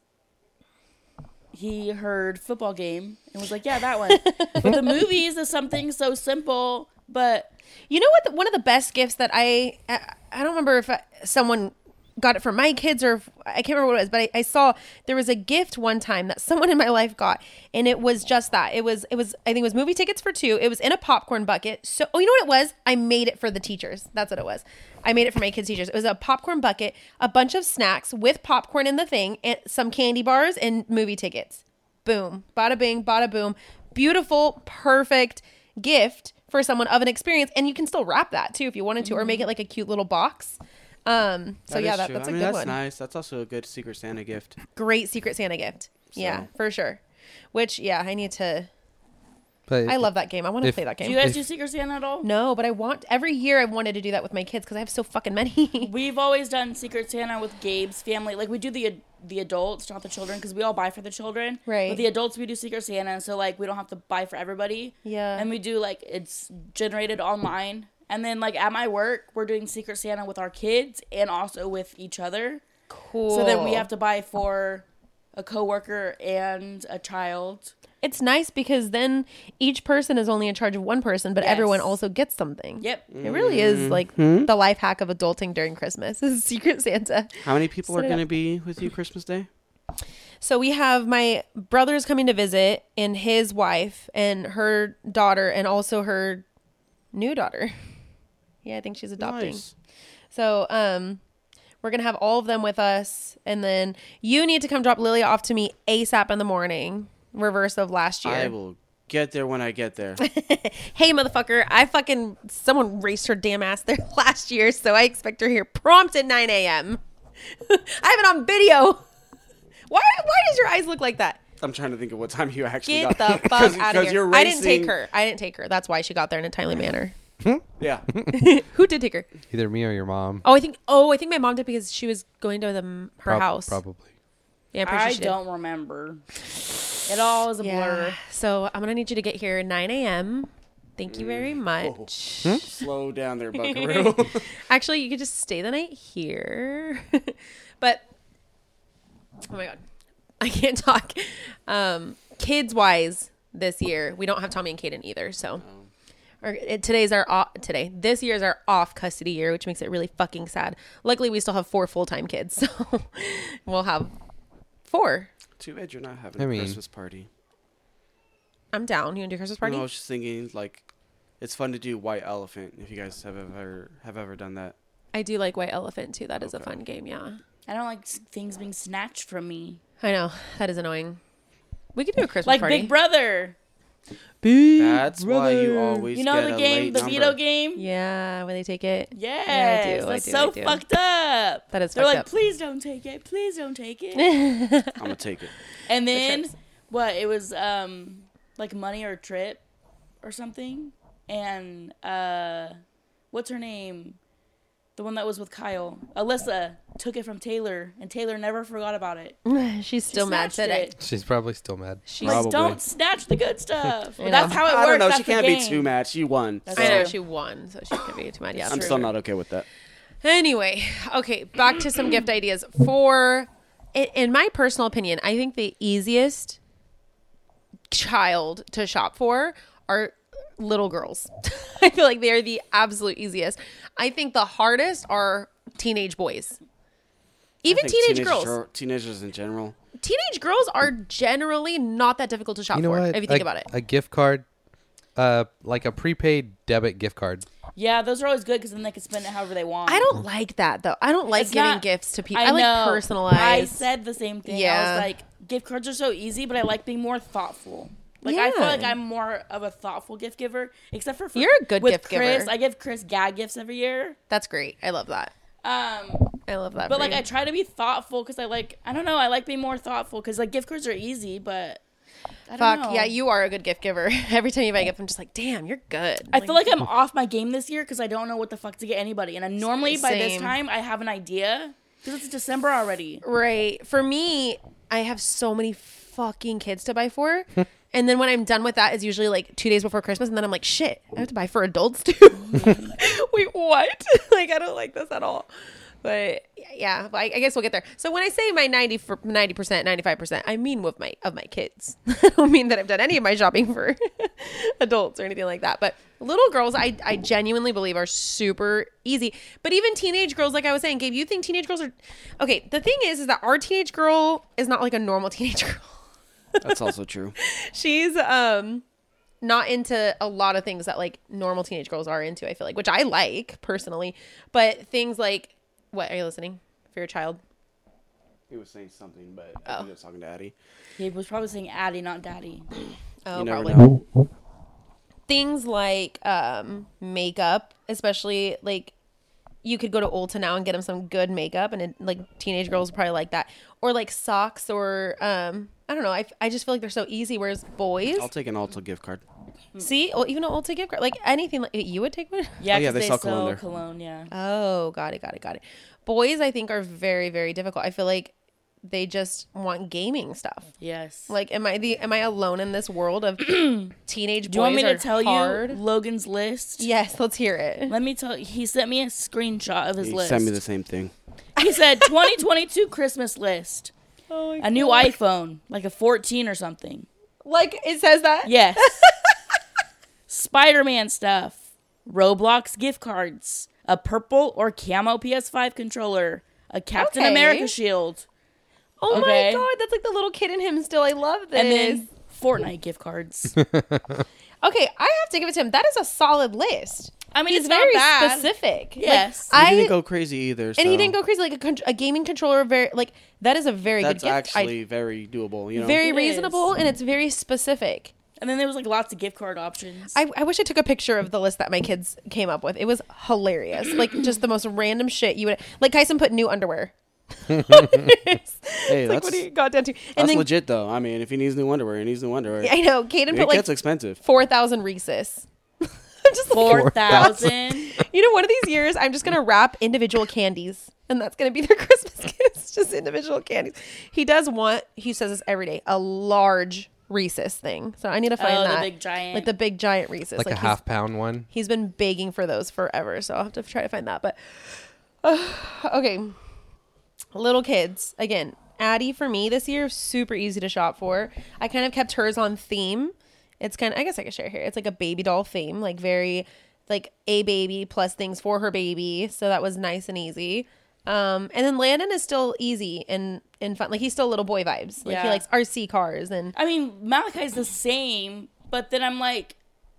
Speaker 6: he heard football game and was like, yeah, that
Speaker 3: [laughs]
Speaker 6: one. but the movies is something so simple, but
Speaker 3: You know what? The, one of the best gifts that I, I I don't remember if I, someone got it for my kids or if, I can't remember what it was, but I, I saw there was a gift one time that someone [laughs] in my life got, and it was just that. It was it was I think it was movie tickets for two. It was in a popcorn bucket. So oh, you know what it was? I made it for the teachers. That's what it was. I made it for my kids' teachers. It was a popcorn bucket, a bunch of snacks with popcorn in the thing, and some candy bars and movie tickets. Boom, bada bing, bada boom. Beautiful, perfect gift for someone of an experience, and you can still wrap that too if you wanted to, or make it like a cute little box. Um,
Speaker 2: Mm-hmm.
Speaker 3: so
Speaker 2: that
Speaker 3: yeah,
Speaker 2: is
Speaker 3: that,
Speaker 2: true.
Speaker 3: that's
Speaker 2: I
Speaker 3: a
Speaker 2: mean,
Speaker 3: good
Speaker 2: that's
Speaker 3: one.
Speaker 2: nice. That's also a good Secret Santa gift.
Speaker 3: Great Secret Santa gift. Yeah, for sure. Which yeah, I need to.
Speaker 1: But
Speaker 3: I love that game. I want to
Speaker 1: If-
Speaker 3: play that
Speaker 6: do
Speaker 3: game.
Speaker 6: you guys
Speaker 1: If-
Speaker 6: do Secret Santa at all?
Speaker 3: no, but I want every year I've wanted to do that with my kids because I have so fucking many. [laughs]
Speaker 6: We've always done Secret Santa with Gabe's family. Like we do the the adults, not the children, because we all buy for the children.
Speaker 3: Right.
Speaker 6: But the adults, we do Secret Santa, and so like we don't have to buy for everybody.
Speaker 3: Yeah.
Speaker 6: And we do like it's generated online, and then like at my work, we're doing Secret Santa with our kids and also with each other.
Speaker 3: cool.
Speaker 6: So then we have to buy for a coworker and a child.
Speaker 3: It's nice because then each person is only in charge of one person, but everyone
Speaker 6: Yes.
Speaker 3: also gets something.
Speaker 6: Yep.
Speaker 3: It really
Speaker 2: Mm-hmm.
Speaker 3: is like
Speaker 2: Hmm?
Speaker 3: the life hack of adulting during Christmas [laughs] is Secret Santa.
Speaker 2: How many people
Speaker 3: Set
Speaker 2: are
Speaker 3: it
Speaker 2: going to
Speaker 3: up.
Speaker 2: be with you Christmas Day?
Speaker 3: So we have my brother's coming to visit and his wife and her daughter and also her new daughter. [laughs] Yeah, I think she's adopting.
Speaker 2: Nice.
Speaker 3: So um we're gonna have all of them with us and then you need to come drop Lily off to me ASAP in the morning. Reverse of last year.
Speaker 2: I will get there when I get there.
Speaker 3: hey motherfucker i fucking someone raced her damn ass there [laughs] last year so i expect her here prompt at 9 a.m [laughs] i have it on video [laughs] why why does your eyes look like that
Speaker 2: I'm trying to think of what time you actually
Speaker 3: get
Speaker 2: got. [laughs]
Speaker 3: the fuck
Speaker 2: 'Cause-
Speaker 3: out
Speaker 2: 'cause
Speaker 3: of here
Speaker 2: you're
Speaker 3: i didn't take
Speaker 2: racing-
Speaker 3: her i didn't take her that's why she got there in a timely manner [laughs]
Speaker 2: Yeah.
Speaker 3: who did take her
Speaker 1: either me or your mom.
Speaker 3: oh i think oh i think my mom did because she was going to the her
Speaker 1: Prob-
Speaker 3: house
Speaker 1: Probably.
Speaker 3: yeah i'm pretty sure
Speaker 6: I
Speaker 3: she did.
Speaker 6: don't remember. It all is a
Speaker 3: yeah
Speaker 6: blur.
Speaker 3: so i'm gonna need you to get here 9 a.m thank you
Speaker 2: Mm.
Speaker 3: very
Speaker 2: Oh.
Speaker 3: much
Speaker 2: Hmm? Slow down
Speaker 3: [laughs]
Speaker 2: there, Buckaroo. [laughs]
Speaker 3: Actually, you could just stay the night here. [laughs] but oh my god, I can't talk. Um, kids wise, this year we don't have Tommy and Kaden either, so.
Speaker 2: Oh.
Speaker 3: Our, it, today's our off, today. This year's our off custody year, which makes it really fucking sad. Luckily, we still have four full time kids, [laughs] so we'll have four.
Speaker 2: Too bad you're not having
Speaker 1: I
Speaker 2: a
Speaker 1: mean-
Speaker 2: Christmas party.
Speaker 3: I'm down. You want to do Christmas
Speaker 2: No,
Speaker 3: party?
Speaker 2: I was just thinking like it's fun to do White Elephant if you guys have ever have ever done that.
Speaker 3: I do like White Elephant too. That is a fun game. Yeah,
Speaker 6: I don't like s- things being snatched from me.
Speaker 3: I know that is annoying. We could do a Christmas
Speaker 6: Like
Speaker 3: party.
Speaker 6: Big Brother.
Speaker 2: That's why you always
Speaker 6: You know
Speaker 2: get
Speaker 6: the
Speaker 2: a
Speaker 6: game,
Speaker 2: late
Speaker 6: the
Speaker 2: number.
Speaker 6: veto game?
Speaker 3: yeah, where they take it.
Speaker 6: Yes.
Speaker 3: Yeah, I do, I
Speaker 6: That's
Speaker 3: do, I
Speaker 6: so
Speaker 3: do.
Speaker 6: fucked up.
Speaker 3: That is
Speaker 6: They're
Speaker 3: fucked
Speaker 6: like,
Speaker 3: up.
Speaker 6: please don't take it.
Speaker 3: [laughs]
Speaker 6: Please don't take it.
Speaker 2: I'm gonna take it.
Speaker 6: and then what? It was um like money or a trip or something. And uh, what's her name? The one that was with Kyle, Alyssa, took it from Taylor, and Taylor never forgot about it.
Speaker 3: [laughs] She's still mad
Speaker 6: Snatched
Speaker 3: today.
Speaker 6: it.
Speaker 1: She's probably still mad.
Speaker 6: Like,
Speaker 2: Probably.
Speaker 6: don't snatch the good stuff.
Speaker 3: [laughs]
Speaker 6: But that's how it
Speaker 2: I
Speaker 6: works.
Speaker 2: don't know.
Speaker 6: That's
Speaker 2: She
Speaker 6: the
Speaker 2: can't be
Speaker 6: game.
Speaker 2: too mad. She won. so
Speaker 3: I know she won, so she could be too mad. Yeah,
Speaker 2: I'm
Speaker 3: for
Speaker 2: still
Speaker 3: sure.
Speaker 2: not okay with that.
Speaker 3: Anyway, okay, back to some gift ideas. For, i- in my personal opinion, I think the easiest child to shop for are little girls. [laughs] I feel like they are the absolute easiest. I think the hardest are teenage boys. Even
Speaker 2: I think
Speaker 3: teenage
Speaker 2: teenagers
Speaker 3: girls.
Speaker 2: are- teenagers in general.
Speaker 3: teenage girls are generally not that difficult to shop
Speaker 1: You know
Speaker 3: for
Speaker 1: what?
Speaker 3: if you
Speaker 1: a,
Speaker 3: think about it.
Speaker 1: a gift card, uh, like a prepaid debit gift card.
Speaker 6: Yeah, those are always good because then they can spend it however they want.
Speaker 3: I don't like that though. I don't like
Speaker 6: It's
Speaker 3: giving
Speaker 6: not-
Speaker 3: gifts to people. I, like
Speaker 6: know.
Speaker 3: personalized.
Speaker 6: I said the same thing. I
Speaker 3: Yeah.
Speaker 6: was like, gift cards are so easy, but I like being more thoughtful. Like I feel
Speaker 3: Yeah.
Speaker 6: like I'm more of a thoughtful gift giver, except for, for
Speaker 3: You're a good
Speaker 6: with
Speaker 3: gift giver.
Speaker 6: Chris. I give Chris gag gifts every year.
Speaker 3: That's great. I love that.
Speaker 6: Um,
Speaker 3: I love that.
Speaker 6: but
Speaker 3: for
Speaker 6: like
Speaker 3: you.
Speaker 6: I try to be thoughtful because I like I don't know I like being more thoughtful because like gift cards are easy, but I don't
Speaker 3: Fuck
Speaker 6: know.
Speaker 3: yeah, you are a good gift giver. [laughs] Every time you buy a gift, I'm just like, damn, you're good.
Speaker 6: I feel like I'm off my game this year because I don't know what the fuck to get anybody, and I normally by this
Speaker 3: Same.
Speaker 6: time I have an idea because it's December already.
Speaker 3: right. For me, I have so many fucking kids to buy for. and then when I'm done with that, it's usually like two days before Christmas, and then I'm like, shit, I have to buy for adults too. [laughs] Wait, what? like I don't like this at all. But yeah, but I, I guess we'll get there. So when I say my 90 for 90%, 95%, I mean with my of my kids. [laughs] I don't mean that I've done any of my shopping for [laughs] adults or anything like that. But little girls, I, I genuinely believe are super easy. But even teenage girls, like I was saying, Gabe, you think teenage girls are okay? The thing is, is that our teenage girl is not like a normal [laughs] teenage girl.
Speaker 2: That's
Speaker 3: [laughs]
Speaker 2: also true.
Speaker 3: She's um not into a lot of things that like normal teenage girls are into, I feel like, which I like personally. But things like what are you listening for your child?
Speaker 2: He was saying something, but I think he was talking to Addie.
Speaker 6: He was probably saying Addy, not Daddy.
Speaker 3: Oh,
Speaker 2: You never
Speaker 3: probably.
Speaker 2: know.
Speaker 3: Things like um makeup, especially like you could go to Ulta now and get them some good makeup and it, like teenage girls probably like that. Or like socks or um I don't know. I, I just feel like they're so easy. Whereas boys,
Speaker 2: I'll take an Ulta gift card.
Speaker 3: see, well, even an Ulta gift card, like anything, like you would take one. [laughs]
Speaker 6: Yeah,
Speaker 2: Oh, yeah,
Speaker 6: 'cause
Speaker 2: they sell cologne there.
Speaker 6: cologne. Yeah,
Speaker 3: Oh, got it, got it, got it. Boys, I think, are very, very difficult. I feel like they just want gaming stuff.
Speaker 6: yes.
Speaker 3: Like, am I the am I alone in this world
Speaker 6: [clears throat]
Speaker 3: of teenage boys?
Speaker 6: Do you want me
Speaker 3: are
Speaker 6: to tell
Speaker 3: hard?
Speaker 6: you Logan's list?
Speaker 3: Yes, let's hear it.
Speaker 6: Let me tell he sent me a screenshot of his
Speaker 2: He
Speaker 6: list.
Speaker 2: sent me the same thing.
Speaker 6: He said 2022 Christmas list.
Speaker 3: Oh
Speaker 6: a new iPhone, like a 14 or something.
Speaker 3: Like it says that. [laughs]
Speaker 6: Yes. Spider-Man stuff, Roblox gift cards, a purple or camo PS5 controller, a Captain
Speaker 3: Okay.
Speaker 6: America shield,
Speaker 3: Oh
Speaker 6: Okay.
Speaker 3: my god, that's like the little kid in him still. I love this.
Speaker 6: and then Fortnite
Speaker 3: [laughs]
Speaker 6: gift cards.
Speaker 3: okay, I have to give it to him. That is a solid list.
Speaker 6: I mean,
Speaker 3: He's
Speaker 6: it's not
Speaker 3: very
Speaker 6: bad.
Speaker 3: specific. Like,
Speaker 6: Yes.
Speaker 2: He
Speaker 3: I
Speaker 2: didn't go crazy either.
Speaker 3: and he didn't go crazy like a, con- a gaming controller. Very like that is a very
Speaker 2: That's
Speaker 3: good gift. I-
Speaker 2: actually very doable. You know,
Speaker 3: very
Speaker 6: It
Speaker 3: reasonable and it's very specific.
Speaker 6: And then there was like lots of gift card options.
Speaker 3: I, I wish I took a picture of the list that my kids came up with. It was hilarious.
Speaker 2: [clears throat]
Speaker 3: Like just the most random shit you would like Kyson put
Speaker 2: [laughs]
Speaker 3: new underwear.
Speaker 2: hey,
Speaker 3: Like
Speaker 2: that's,
Speaker 3: what do you got down to? And
Speaker 2: that's
Speaker 3: then
Speaker 2: legit though. I mean, if he needs new underwear, he needs new underwear.
Speaker 3: I know Caden
Speaker 2: it
Speaker 3: put like
Speaker 2: gets expensive.
Speaker 3: four thousand Reese's. [laughs] I'm just like,
Speaker 6: 4,000.
Speaker 3: you know, one of these years I'm just gonna wrap individual candies. And that's gonna be their [laughs] Christmas gifts, just individual candies. He does want, he says this every day, a large Reese's thing. So I need to find
Speaker 6: Oh, the
Speaker 3: that.
Speaker 6: big giant.
Speaker 3: Like the big giant Reese's.
Speaker 1: Like, a
Speaker 3: he's-
Speaker 1: half pound one.
Speaker 3: he's been begging for those forever so i'll have to try to find that but [sighs] okay little kids again addie for me this year super easy to shop for i kind of kept hers on theme it's kind of i guess i could share here it's like a baby doll theme like very like a baby plus things for her baby so that was nice and easy um and then landon is still easy and and fun like he's still little boy vibes like he
Speaker 6: Yeah.
Speaker 3: likes rc cars and
Speaker 6: I mean, Malachi's the same, but then I'm like,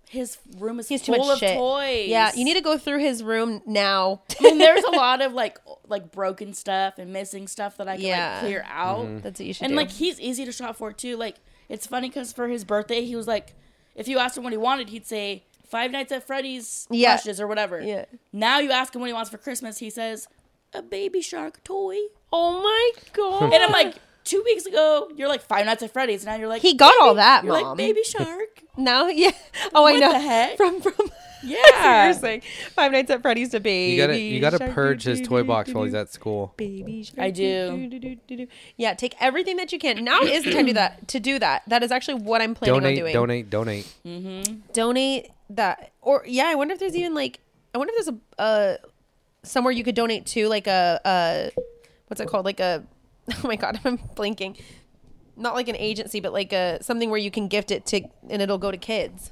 Speaker 6: his room is
Speaker 3: he's too
Speaker 6: full
Speaker 3: much
Speaker 6: of
Speaker 3: shit
Speaker 6: toys.
Speaker 3: yeah you need to go through his room now
Speaker 6: I mean, there's a lot of like o- like broken stuff and missing stuff that I can
Speaker 3: Yeah.
Speaker 6: like clear out.
Speaker 3: that's Mm-hmm. what you should
Speaker 6: And
Speaker 3: do.
Speaker 6: like he's easy to shop for too. Like it's funny because for his birthday he was like, if you asked him what he wanted, he'd say Five Nights at Freddy's
Speaker 3: Yeah.
Speaker 6: plushes or whatever.
Speaker 3: Yeah.
Speaker 6: Now you ask him what he wants for Christmas, he says a baby shark toy,
Speaker 3: Oh my god!
Speaker 6: and I'm like, two weeks ago you're like Five Nights at Freddy's. Now you're
Speaker 3: [laughs]
Speaker 6: like
Speaker 3: He got all
Speaker 6: "Baby-"
Speaker 3: that,
Speaker 6: You're
Speaker 3: Mom.
Speaker 6: like
Speaker 3: [laughs]
Speaker 6: Baby Shark.
Speaker 3: No, yeah. Oh, I
Speaker 6: What
Speaker 3: know.
Speaker 6: the heck?
Speaker 3: From from [laughs]
Speaker 6: Yeah.
Speaker 3: you're saying Five Nights at Freddy's to baby.
Speaker 1: You gotta you gotta
Speaker 3: Shark,
Speaker 1: purge his toy box while he's at school.
Speaker 3: Baby Shark.
Speaker 6: I do.
Speaker 3: Yeah, take everything that you can.
Speaker 6: [clears throat]
Speaker 3: Now is the time to do that. To do that. That is actually what I'm planning on
Speaker 1: Donate, donate,
Speaker 3: doing.
Speaker 1: donate.
Speaker 3: Donate that. Or yeah, I wonder if there's even like I wonder if there's a uh, somewhere you could donate to like a uh what's it called like a [laughs] oh my god I'm blinking. Not like an agency, but like a something where you can gift it to and it'll go to kids.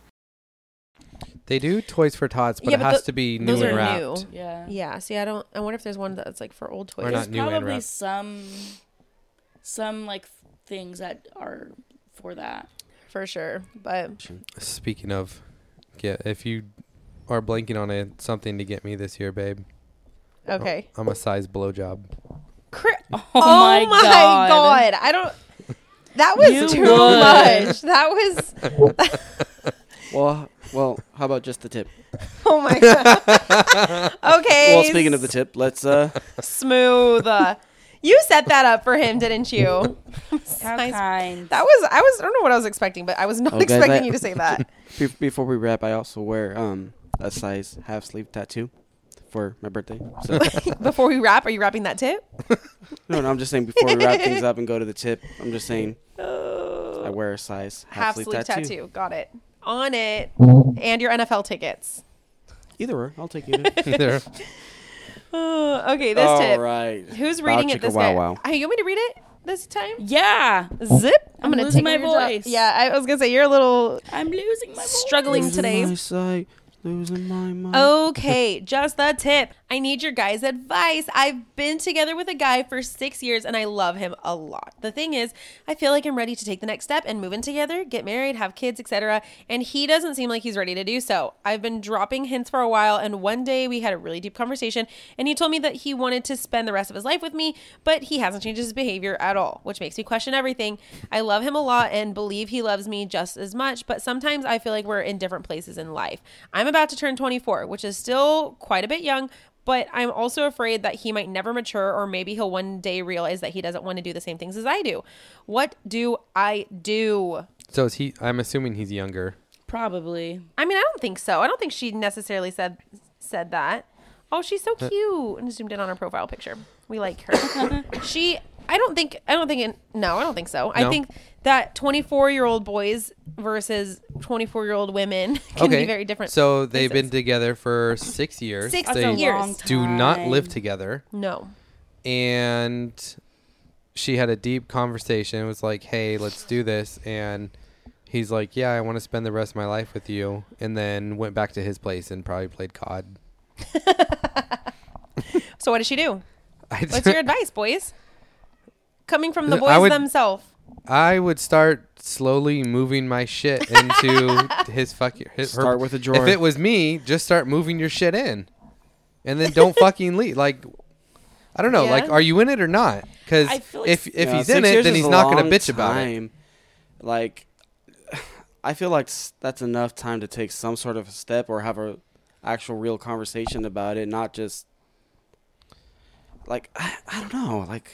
Speaker 1: They do toys for tots, but
Speaker 3: Yeah,
Speaker 1: it
Speaker 3: but
Speaker 1: has
Speaker 3: tho-
Speaker 1: to be new
Speaker 3: those
Speaker 1: and
Speaker 3: are
Speaker 1: wrapped.
Speaker 3: new.
Speaker 6: Yeah.
Speaker 3: Yeah. See, I don't. I wonder if there's one that's like for old toys.
Speaker 1: Or
Speaker 6: There's
Speaker 1: not new and
Speaker 6: probably
Speaker 1: wrapped.
Speaker 6: some some like things that are for that.
Speaker 3: for sure. But
Speaker 1: Speaking of, yeah, if you are blanking on it, something to get me this year, babe.
Speaker 3: okay.
Speaker 1: I'm a size
Speaker 3: [laughs]
Speaker 1: blowjob.
Speaker 3: Cri- oh,
Speaker 6: my
Speaker 3: my,
Speaker 6: God.
Speaker 3: god. I don't. That was
Speaker 6: You
Speaker 3: too
Speaker 6: would.
Speaker 3: much. That was.
Speaker 2: Well, h- well, how about just the tip?
Speaker 3: Oh my god. okay.
Speaker 2: Well, speaking of the tip, let's [laughs] uh
Speaker 3: smooth. uh, [laughs] you set that up for him, didn't you?
Speaker 6: How
Speaker 3: Nice.
Speaker 6: kind.
Speaker 3: That was. I was. I don't know what I was expecting, but I was not
Speaker 2: Okay,
Speaker 3: expecting
Speaker 2: that-
Speaker 3: you to say that. [laughs]
Speaker 2: be- before we wrap, I also wear um a size half sleeve tattoo for my birthday. So
Speaker 3: Before we wrap, are you wrapping that tip?
Speaker 2: [laughs] no, no, I'm just saying before we wrap things up and go to the tip, I'm just saying
Speaker 3: Uh,
Speaker 2: I wear a size
Speaker 3: Half
Speaker 2: half
Speaker 3: sleeve
Speaker 2: sleeve
Speaker 3: tattoo.
Speaker 2: tattoo.
Speaker 3: Got it. On it. And your NFL tickets.
Speaker 2: Either or, I'll
Speaker 3: [laughs]
Speaker 2: take either.
Speaker 1: There.
Speaker 3: Oh, okay, this tip.
Speaker 2: right.
Speaker 3: Who's reading it this
Speaker 2: wow,
Speaker 3: time?
Speaker 2: wow.
Speaker 3: Hey, you want me to read it this time?
Speaker 6: Yeah.
Speaker 3: Zip. I'm, gonna
Speaker 6: losing
Speaker 3: take
Speaker 6: my
Speaker 3: your job.
Speaker 6: voice.
Speaker 3: Yeah, I was gonna say you're a little
Speaker 6: I'm losing my voice.
Speaker 3: struggling
Speaker 2: Losing
Speaker 3: today.
Speaker 2: my sight, losing my mind.
Speaker 3: Okay, just the tip. I need your guys' advice. I've been together with a guy for six years and I love him a lot. The thing is, I feel like I'm ready to take the next step and move in together, get married, have kids, etc. And he doesn't seem like he's ready to do so. I've been dropping hints for a while, and one day we had a really deep conversation, and he told me that he wanted to spend the rest of his life with me, but he hasn't changed his behavior at all, which makes me question everything. I love him a lot and believe he loves me just as much, but sometimes I feel like we're in different places in life. I'm about to turn 24, which is still quite a bit young, but I'm also afraid that he might never mature or maybe he'll one day realize that he doesn't want to do the same things as I do. What do I do?
Speaker 1: So is he? I'm assuming he's younger.
Speaker 6: Probably.
Speaker 3: I mean, I don't think so. I don't think she necessarily said said that. Oh, she's so cute. And zoomed in on her profile picture. We like her. she I don't think I don't think it, no, I don't think so. I
Speaker 1: No?
Speaker 3: think that 24-year-old boys versus 24-year-old women [laughs] can
Speaker 1: okay.
Speaker 3: be very different.
Speaker 1: So they've been
Speaker 3: places.
Speaker 1: together for six years.
Speaker 3: 6
Speaker 6: That's a
Speaker 3: years.
Speaker 6: long time.
Speaker 1: Do not live together.
Speaker 3: No.
Speaker 1: and she had a deep conversation. It was like, "Hey, let's do this." And he's like, "Yeah, I want to spend the rest of my life with you." And then went back to his place and probably played COD. [laughs]
Speaker 3: So what does she do?
Speaker 1: I, [laughs]
Speaker 3: What's your advice, boys? Coming from the
Speaker 1: I
Speaker 3: boys
Speaker 1: would-
Speaker 3: themselves.
Speaker 1: I would start slowly moving my shit into his fucking. His,
Speaker 2: Start with a drawer.
Speaker 1: If it was me, just start moving your shit in, and then don't fucking leave. Like, I don't know. Like,
Speaker 3: Yeah.
Speaker 1: are you in it or not? Because
Speaker 6: I feel like-
Speaker 1: if if
Speaker 2: Yeah,
Speaker 1: he's in
Speaker 2: six
Speaker 1: it,
Speaker 2: years
Speaker 1: then
Speaker 2: is
Speaker 1: he's
Speaker 2: a
Speaker 1: not gonna
Speaker 2: long
Speaker 1: bitch about it.
Speaker 2: time. Like, [sighs] I feel like s- that's enough time to take some sort of a step or have a actual real conversation about it, not just like I, I don't know. Like,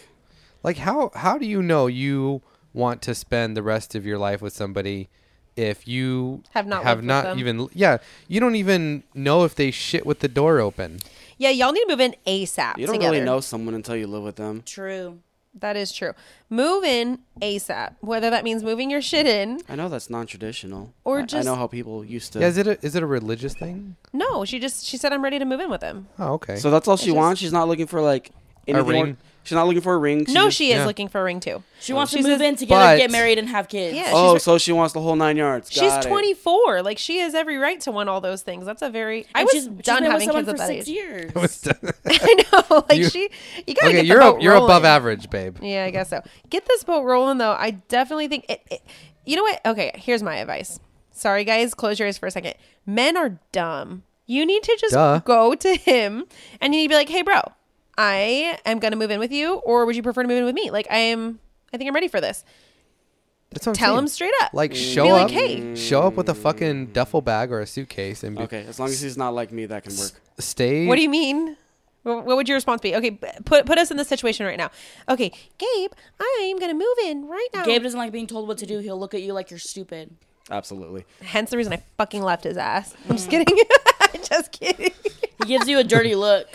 Speaker 1: Like how how do you know you want to spend the rest of your life with somebody if you
Speaker 3: Have not
Speaker 1: have
Speaker 3: lived with
Speaker 1: not
Speaker 3: them.
Speaker 1: even yeah you don't even know if they shit with the door open.
Speaker 3: Yeah, y'all need to move in ASAP.
Speaker 2: you don't
Speaker 3: together.
Speaker 2: really know someone until you live with them.
Speaker 6: True.
Speaker 3: That is true. Move in ASAP, whether that means moving your shit in.
Speaker 2: I know that's non-traditional.
Speaker 3: Or
Speaker 2: I-
Speaker 3: just-
Speaker 2: I know how people used to.
Speaker 1: Yeah, is it a, is it a religious thing?
Speaker 3: No, she just she said I'm ready to move in with him.
Speaker 1: Oh, okay.
Speaker 2: so that's all she wants. She's not looking for like anything more-
Speaker 1: ring?
Speaker 2: she's not looking for a ring.
Speaker 3: no,
Speaker 2: just-
Speaker 3: she is
Speaker 1: yeah.
Speaker 3: looking for a ring too.
Speaker 1: Oh.
Speaker 6: She wants
Speaker 3: She
Speaker 6: to move
Speaker 3: says-
Speaker 6: in together,
Speaker 1: but-
Speaker 6: get married, and have kids.
Speaker 3: Yeah,
Speaker 2: Oh,
Speaker 3: she's,
Speaker 2: so she wants the whole nine yards.
Speaker 3: she's
Speaker 2: Got it.
Speaker 3: 24. Like she has every right to want all those things. That's a very I
Speaker 6: And
Speaker 3: was
Speaker 6: she's, she's
Speaker 3: done
Speaker 6: been with
Speaker 3: having
Speaker 6: someone
Speaker 3: kids at
Speaker 6: for
Speaker 3: that
Speaker 6: six
Speaker 3: age.
Speaker 1: [laughs]
Speaker 6: years.
Speaker 3: [laughs] I know, like
Speaker 1: You-
Speaker 3: she you gotta
Speaker 1: okay,
Speaker 3: get the
Speaker 1: you're
Speaker 3: boat
Speaker 1: a, you're above
Speaker 3: rolling.
Speaker 1: average, babe.
Speaker 3: Yeah, I guess so. Get this boat rolling, though. I definitely think it, it. You know what? Okay, here's my advice. Sorry, guys. Close your eyes for a second. Men are dumb. You need to just
Speaker 1: Duh.
Speaker 3: go to him and you need to be like, hey, bro, I am going to move in with you, or would you prefer to move in with me? Like, I am, I think I'm ready for this.
Speaker 1: That's what I'm
Speaker 3: Tell
Speaker 1: saying.
Speaker 3: him straight up. Mm.
Speaker 1: Like show
Speaker 3: be
Speaker 1: up,
Speaker 3: like, hey.
Speaker 1: show up with a fucking duffel bag or a suitcase, and be,
Speaker 2: Okay, as long as she's not like me, that can work.
Speaker 1: stay.
Speaker 3: What do you mean? Wh- What would your response be? Okay, b- put put us in this situation right now. Okay, Gabe, I'm gonna move in right now.
Speaker 6: Gabe doesn't like being told what to do. He'll look at you like you're stupid.
Speaker 2: Absolutely.
Speaker 3: hence the reason I fucking left his ass. I'm just
Speaker 6: Mm.
Speaker 3: kidding. [laughs] just kidding.
Speaker 6: He gives you a
Speaker 1: [laughs]
Speaker 6: dirty look.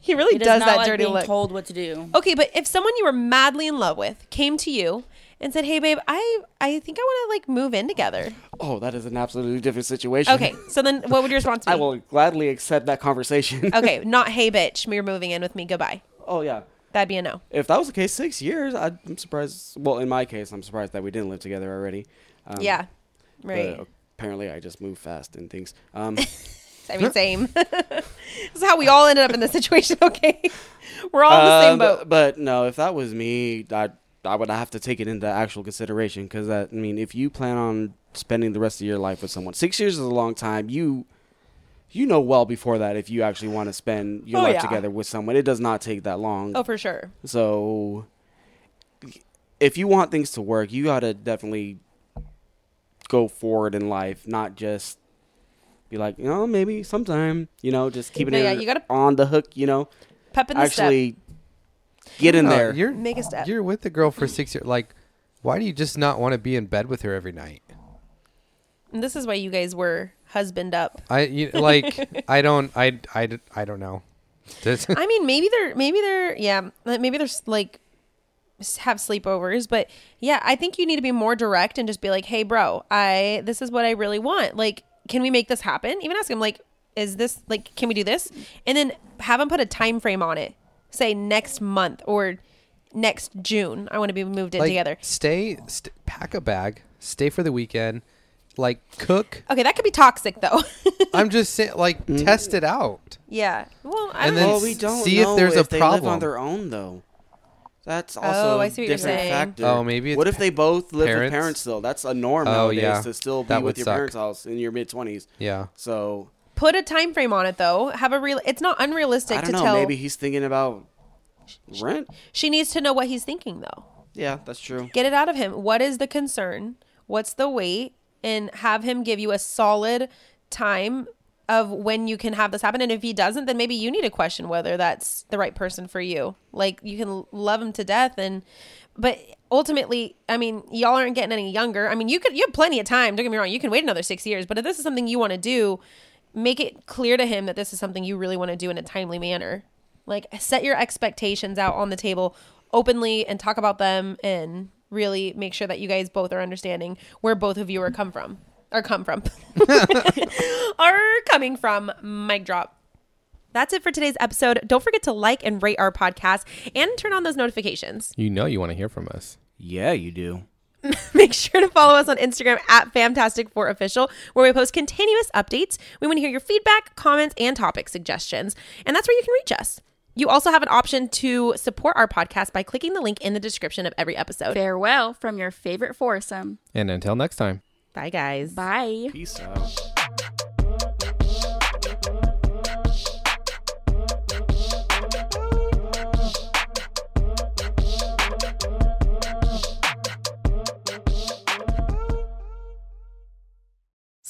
Speaker 3: He really
Speaker 6: He does,
Speaker 3: does,
Speaker 6: not
Speaker 3: that
Speaker 6: like
Speaker 3: dirty
Speaker 6: being
Speaker 3: look. Oh.
Speaker 6: told what to do.
Speaker 3: Okay, but if someone you were madly in love with came to you and said, "Hey, babe, I I think I want to like move in together."
Speaker 2: Oh, that is an absolutely different situation.
Speaker 3: Okay, so then what would your response be?
Speaker 2: I will gladly accept that conversation.
Speaker 3: Okay, not "Hey, bitch, you're moving in with me. Goodbye."
Speaker 2: [laughs] oh yeah.
Speaker 3: That'd be a no.
Speaker 2: If that was the case, six years. I'd, I'm surprised. Well, in my case, I'm surprised that we didn't live together already. Um,
Speaker 3: yeah,
Speaker 2: but
Speaker 3: right.
Speaker 2: apparently, I just move fast and things. Um,
Speaker 3: I mean, same. [laughs] this is how we all ended up in this situation. [laughs] Okay, we're [laughs] all in the
Speaker 2: Uh,
Speaker 3: same
Speaker 2: but-
Speaker 3: boat.
Speaker 2: But no, if that was me, I I would have to take it into actual consideration because I mean, if you plan on spending the rest of your life with someone, six years is a long time. You you know well before that if you actually want to spend your
Speaker 3: Oh,
Speaker 2: life
Speaker 3: yeah.
Speaker 2: together with someone, it does not take that long.
Speaker 3: Oh, for sure.
Speaker 2: So if you want things to work, you got to definitely go forward in life, not just be like, you know, maybe sometime, you know, just keeping
Speaker 3: No,
Speaker 2: it
Speaker 3: yeah, you gotta-
Speaker 2: on the hook, you know
Speaker 3: Pep in the step.
Speaker 2: actually get in
Speaker 1: No,
Speaker 2: there.
Speaker 1: You're
Speaker 3: Make a step.
Speaker 1: You're with the girl for six years. Like, why do you just not want to be in bed with her every night?
Speaker 3: And this is why you guys were husband up.
Speaker 1: I you, like I don't I, I, d- I don't know. This-
Speaker 3: I mean, maybe they're maybe they're yeah, like, maybe they're s- like s- have sleepovers, but yeah, I think you need to be more direct and just be like, "Hey, bro, I this is what I really want. Like, can we make this happen?" Even ask him like, "Is this like can we do this?" And then have him put a time frame on it. Say next month or next June, I want to be moved in
Speaker 1: like,
Speaker 3: together.
Speaker 1: Stay, st- pack a bag, stay for the weekend, like cook.
Speaker 3: Okay, that could be toxic though. [laughs]
Speaker 1: I'm just saying, like test it out.
Speaker 3: yeah. Well, I
Speaker 1: And
Speaker 3: don't
Speaker 1: then
Speaker 3: know.
Speaker 2: well, we don't
Speaker 1: see if
Speaker 2: know
Speaker 1: there's a
Speaker 2: they live
Speaker 1: problem.
Speaker 2: on their own though. That's also
Speaker 3: Oh, I
Speaker 2: a
Speaker 3: see what you're
Speaker 2: different
Speaker 3: saying.
Speaker 2: factor.
Speaker 1: Oh, maybe it's
Speaker 2: what if they both live with
Speaker 1: parents?
Speaker 2: parents though? That's a norm
Speaker 1: Oh,
Speaker 2: nowadays
Speaker 1: yeah.
Speaker 2: to still be
Speaker 1: That
Speaker 2: with
Speaker 1: would
Speaker 2: your
Speaker 1: suck.
Speaker 2: parents' house in your mid twenties.
Speaker 1: Yeah.
Speaker 2: So
Speaker 3: put a time frame on it though. Have a real. It's not unrealistic
Speaker 2: I don't
Speaker 3: to
Speaker 2: know.
Speaker 3: tell.
Speaker 2: Maybe he's thinking about rent.
Speaker 3: She needs to know what he's thinking though.
Speaker 2: Yeah, that's true.
Speaker 3: get it out of him. What is the concern? What's the weight? And have him give you a solid time of when you can have this happen. And if he doesn't, then maybe you need to question whether that's the right person for you. Like you can l- love him to death and but ultimately, I mean, y'all aren't getting any younger. I mean, you could you have plenty of time, don't get me wrong, you can wait another six years, but if this is something you want to do, make it clear to him that this is something you really want to do in a timely manner. Like set your expectations out on the table openly and talk about them and really make sure that you guys both are understanding where both of you are come from. Are come from. [laughs] are coming from mic drop. That's it for today's episode. Don't forget to like and rate our podcast and turn on those notifications.
Speaker 1: You know you want to hear from us.
Speaker 2: Yeah, you do.
Speaker 3: Make sure to follow us on Instagram at Fantastic4Official, where we post continuous updates. We want to hear your feedback, comments, and topic suggestions. And that's where you can reach us. You also have an option to support our podcast by clicking the link in the description of every episode.
Speaker 6: Farewell from your favorite foursome.
Speaker 1: And until next time.
Speaker 3: Bye, guys.
Speaker 6: Bye.
Speaker 2: Peace out.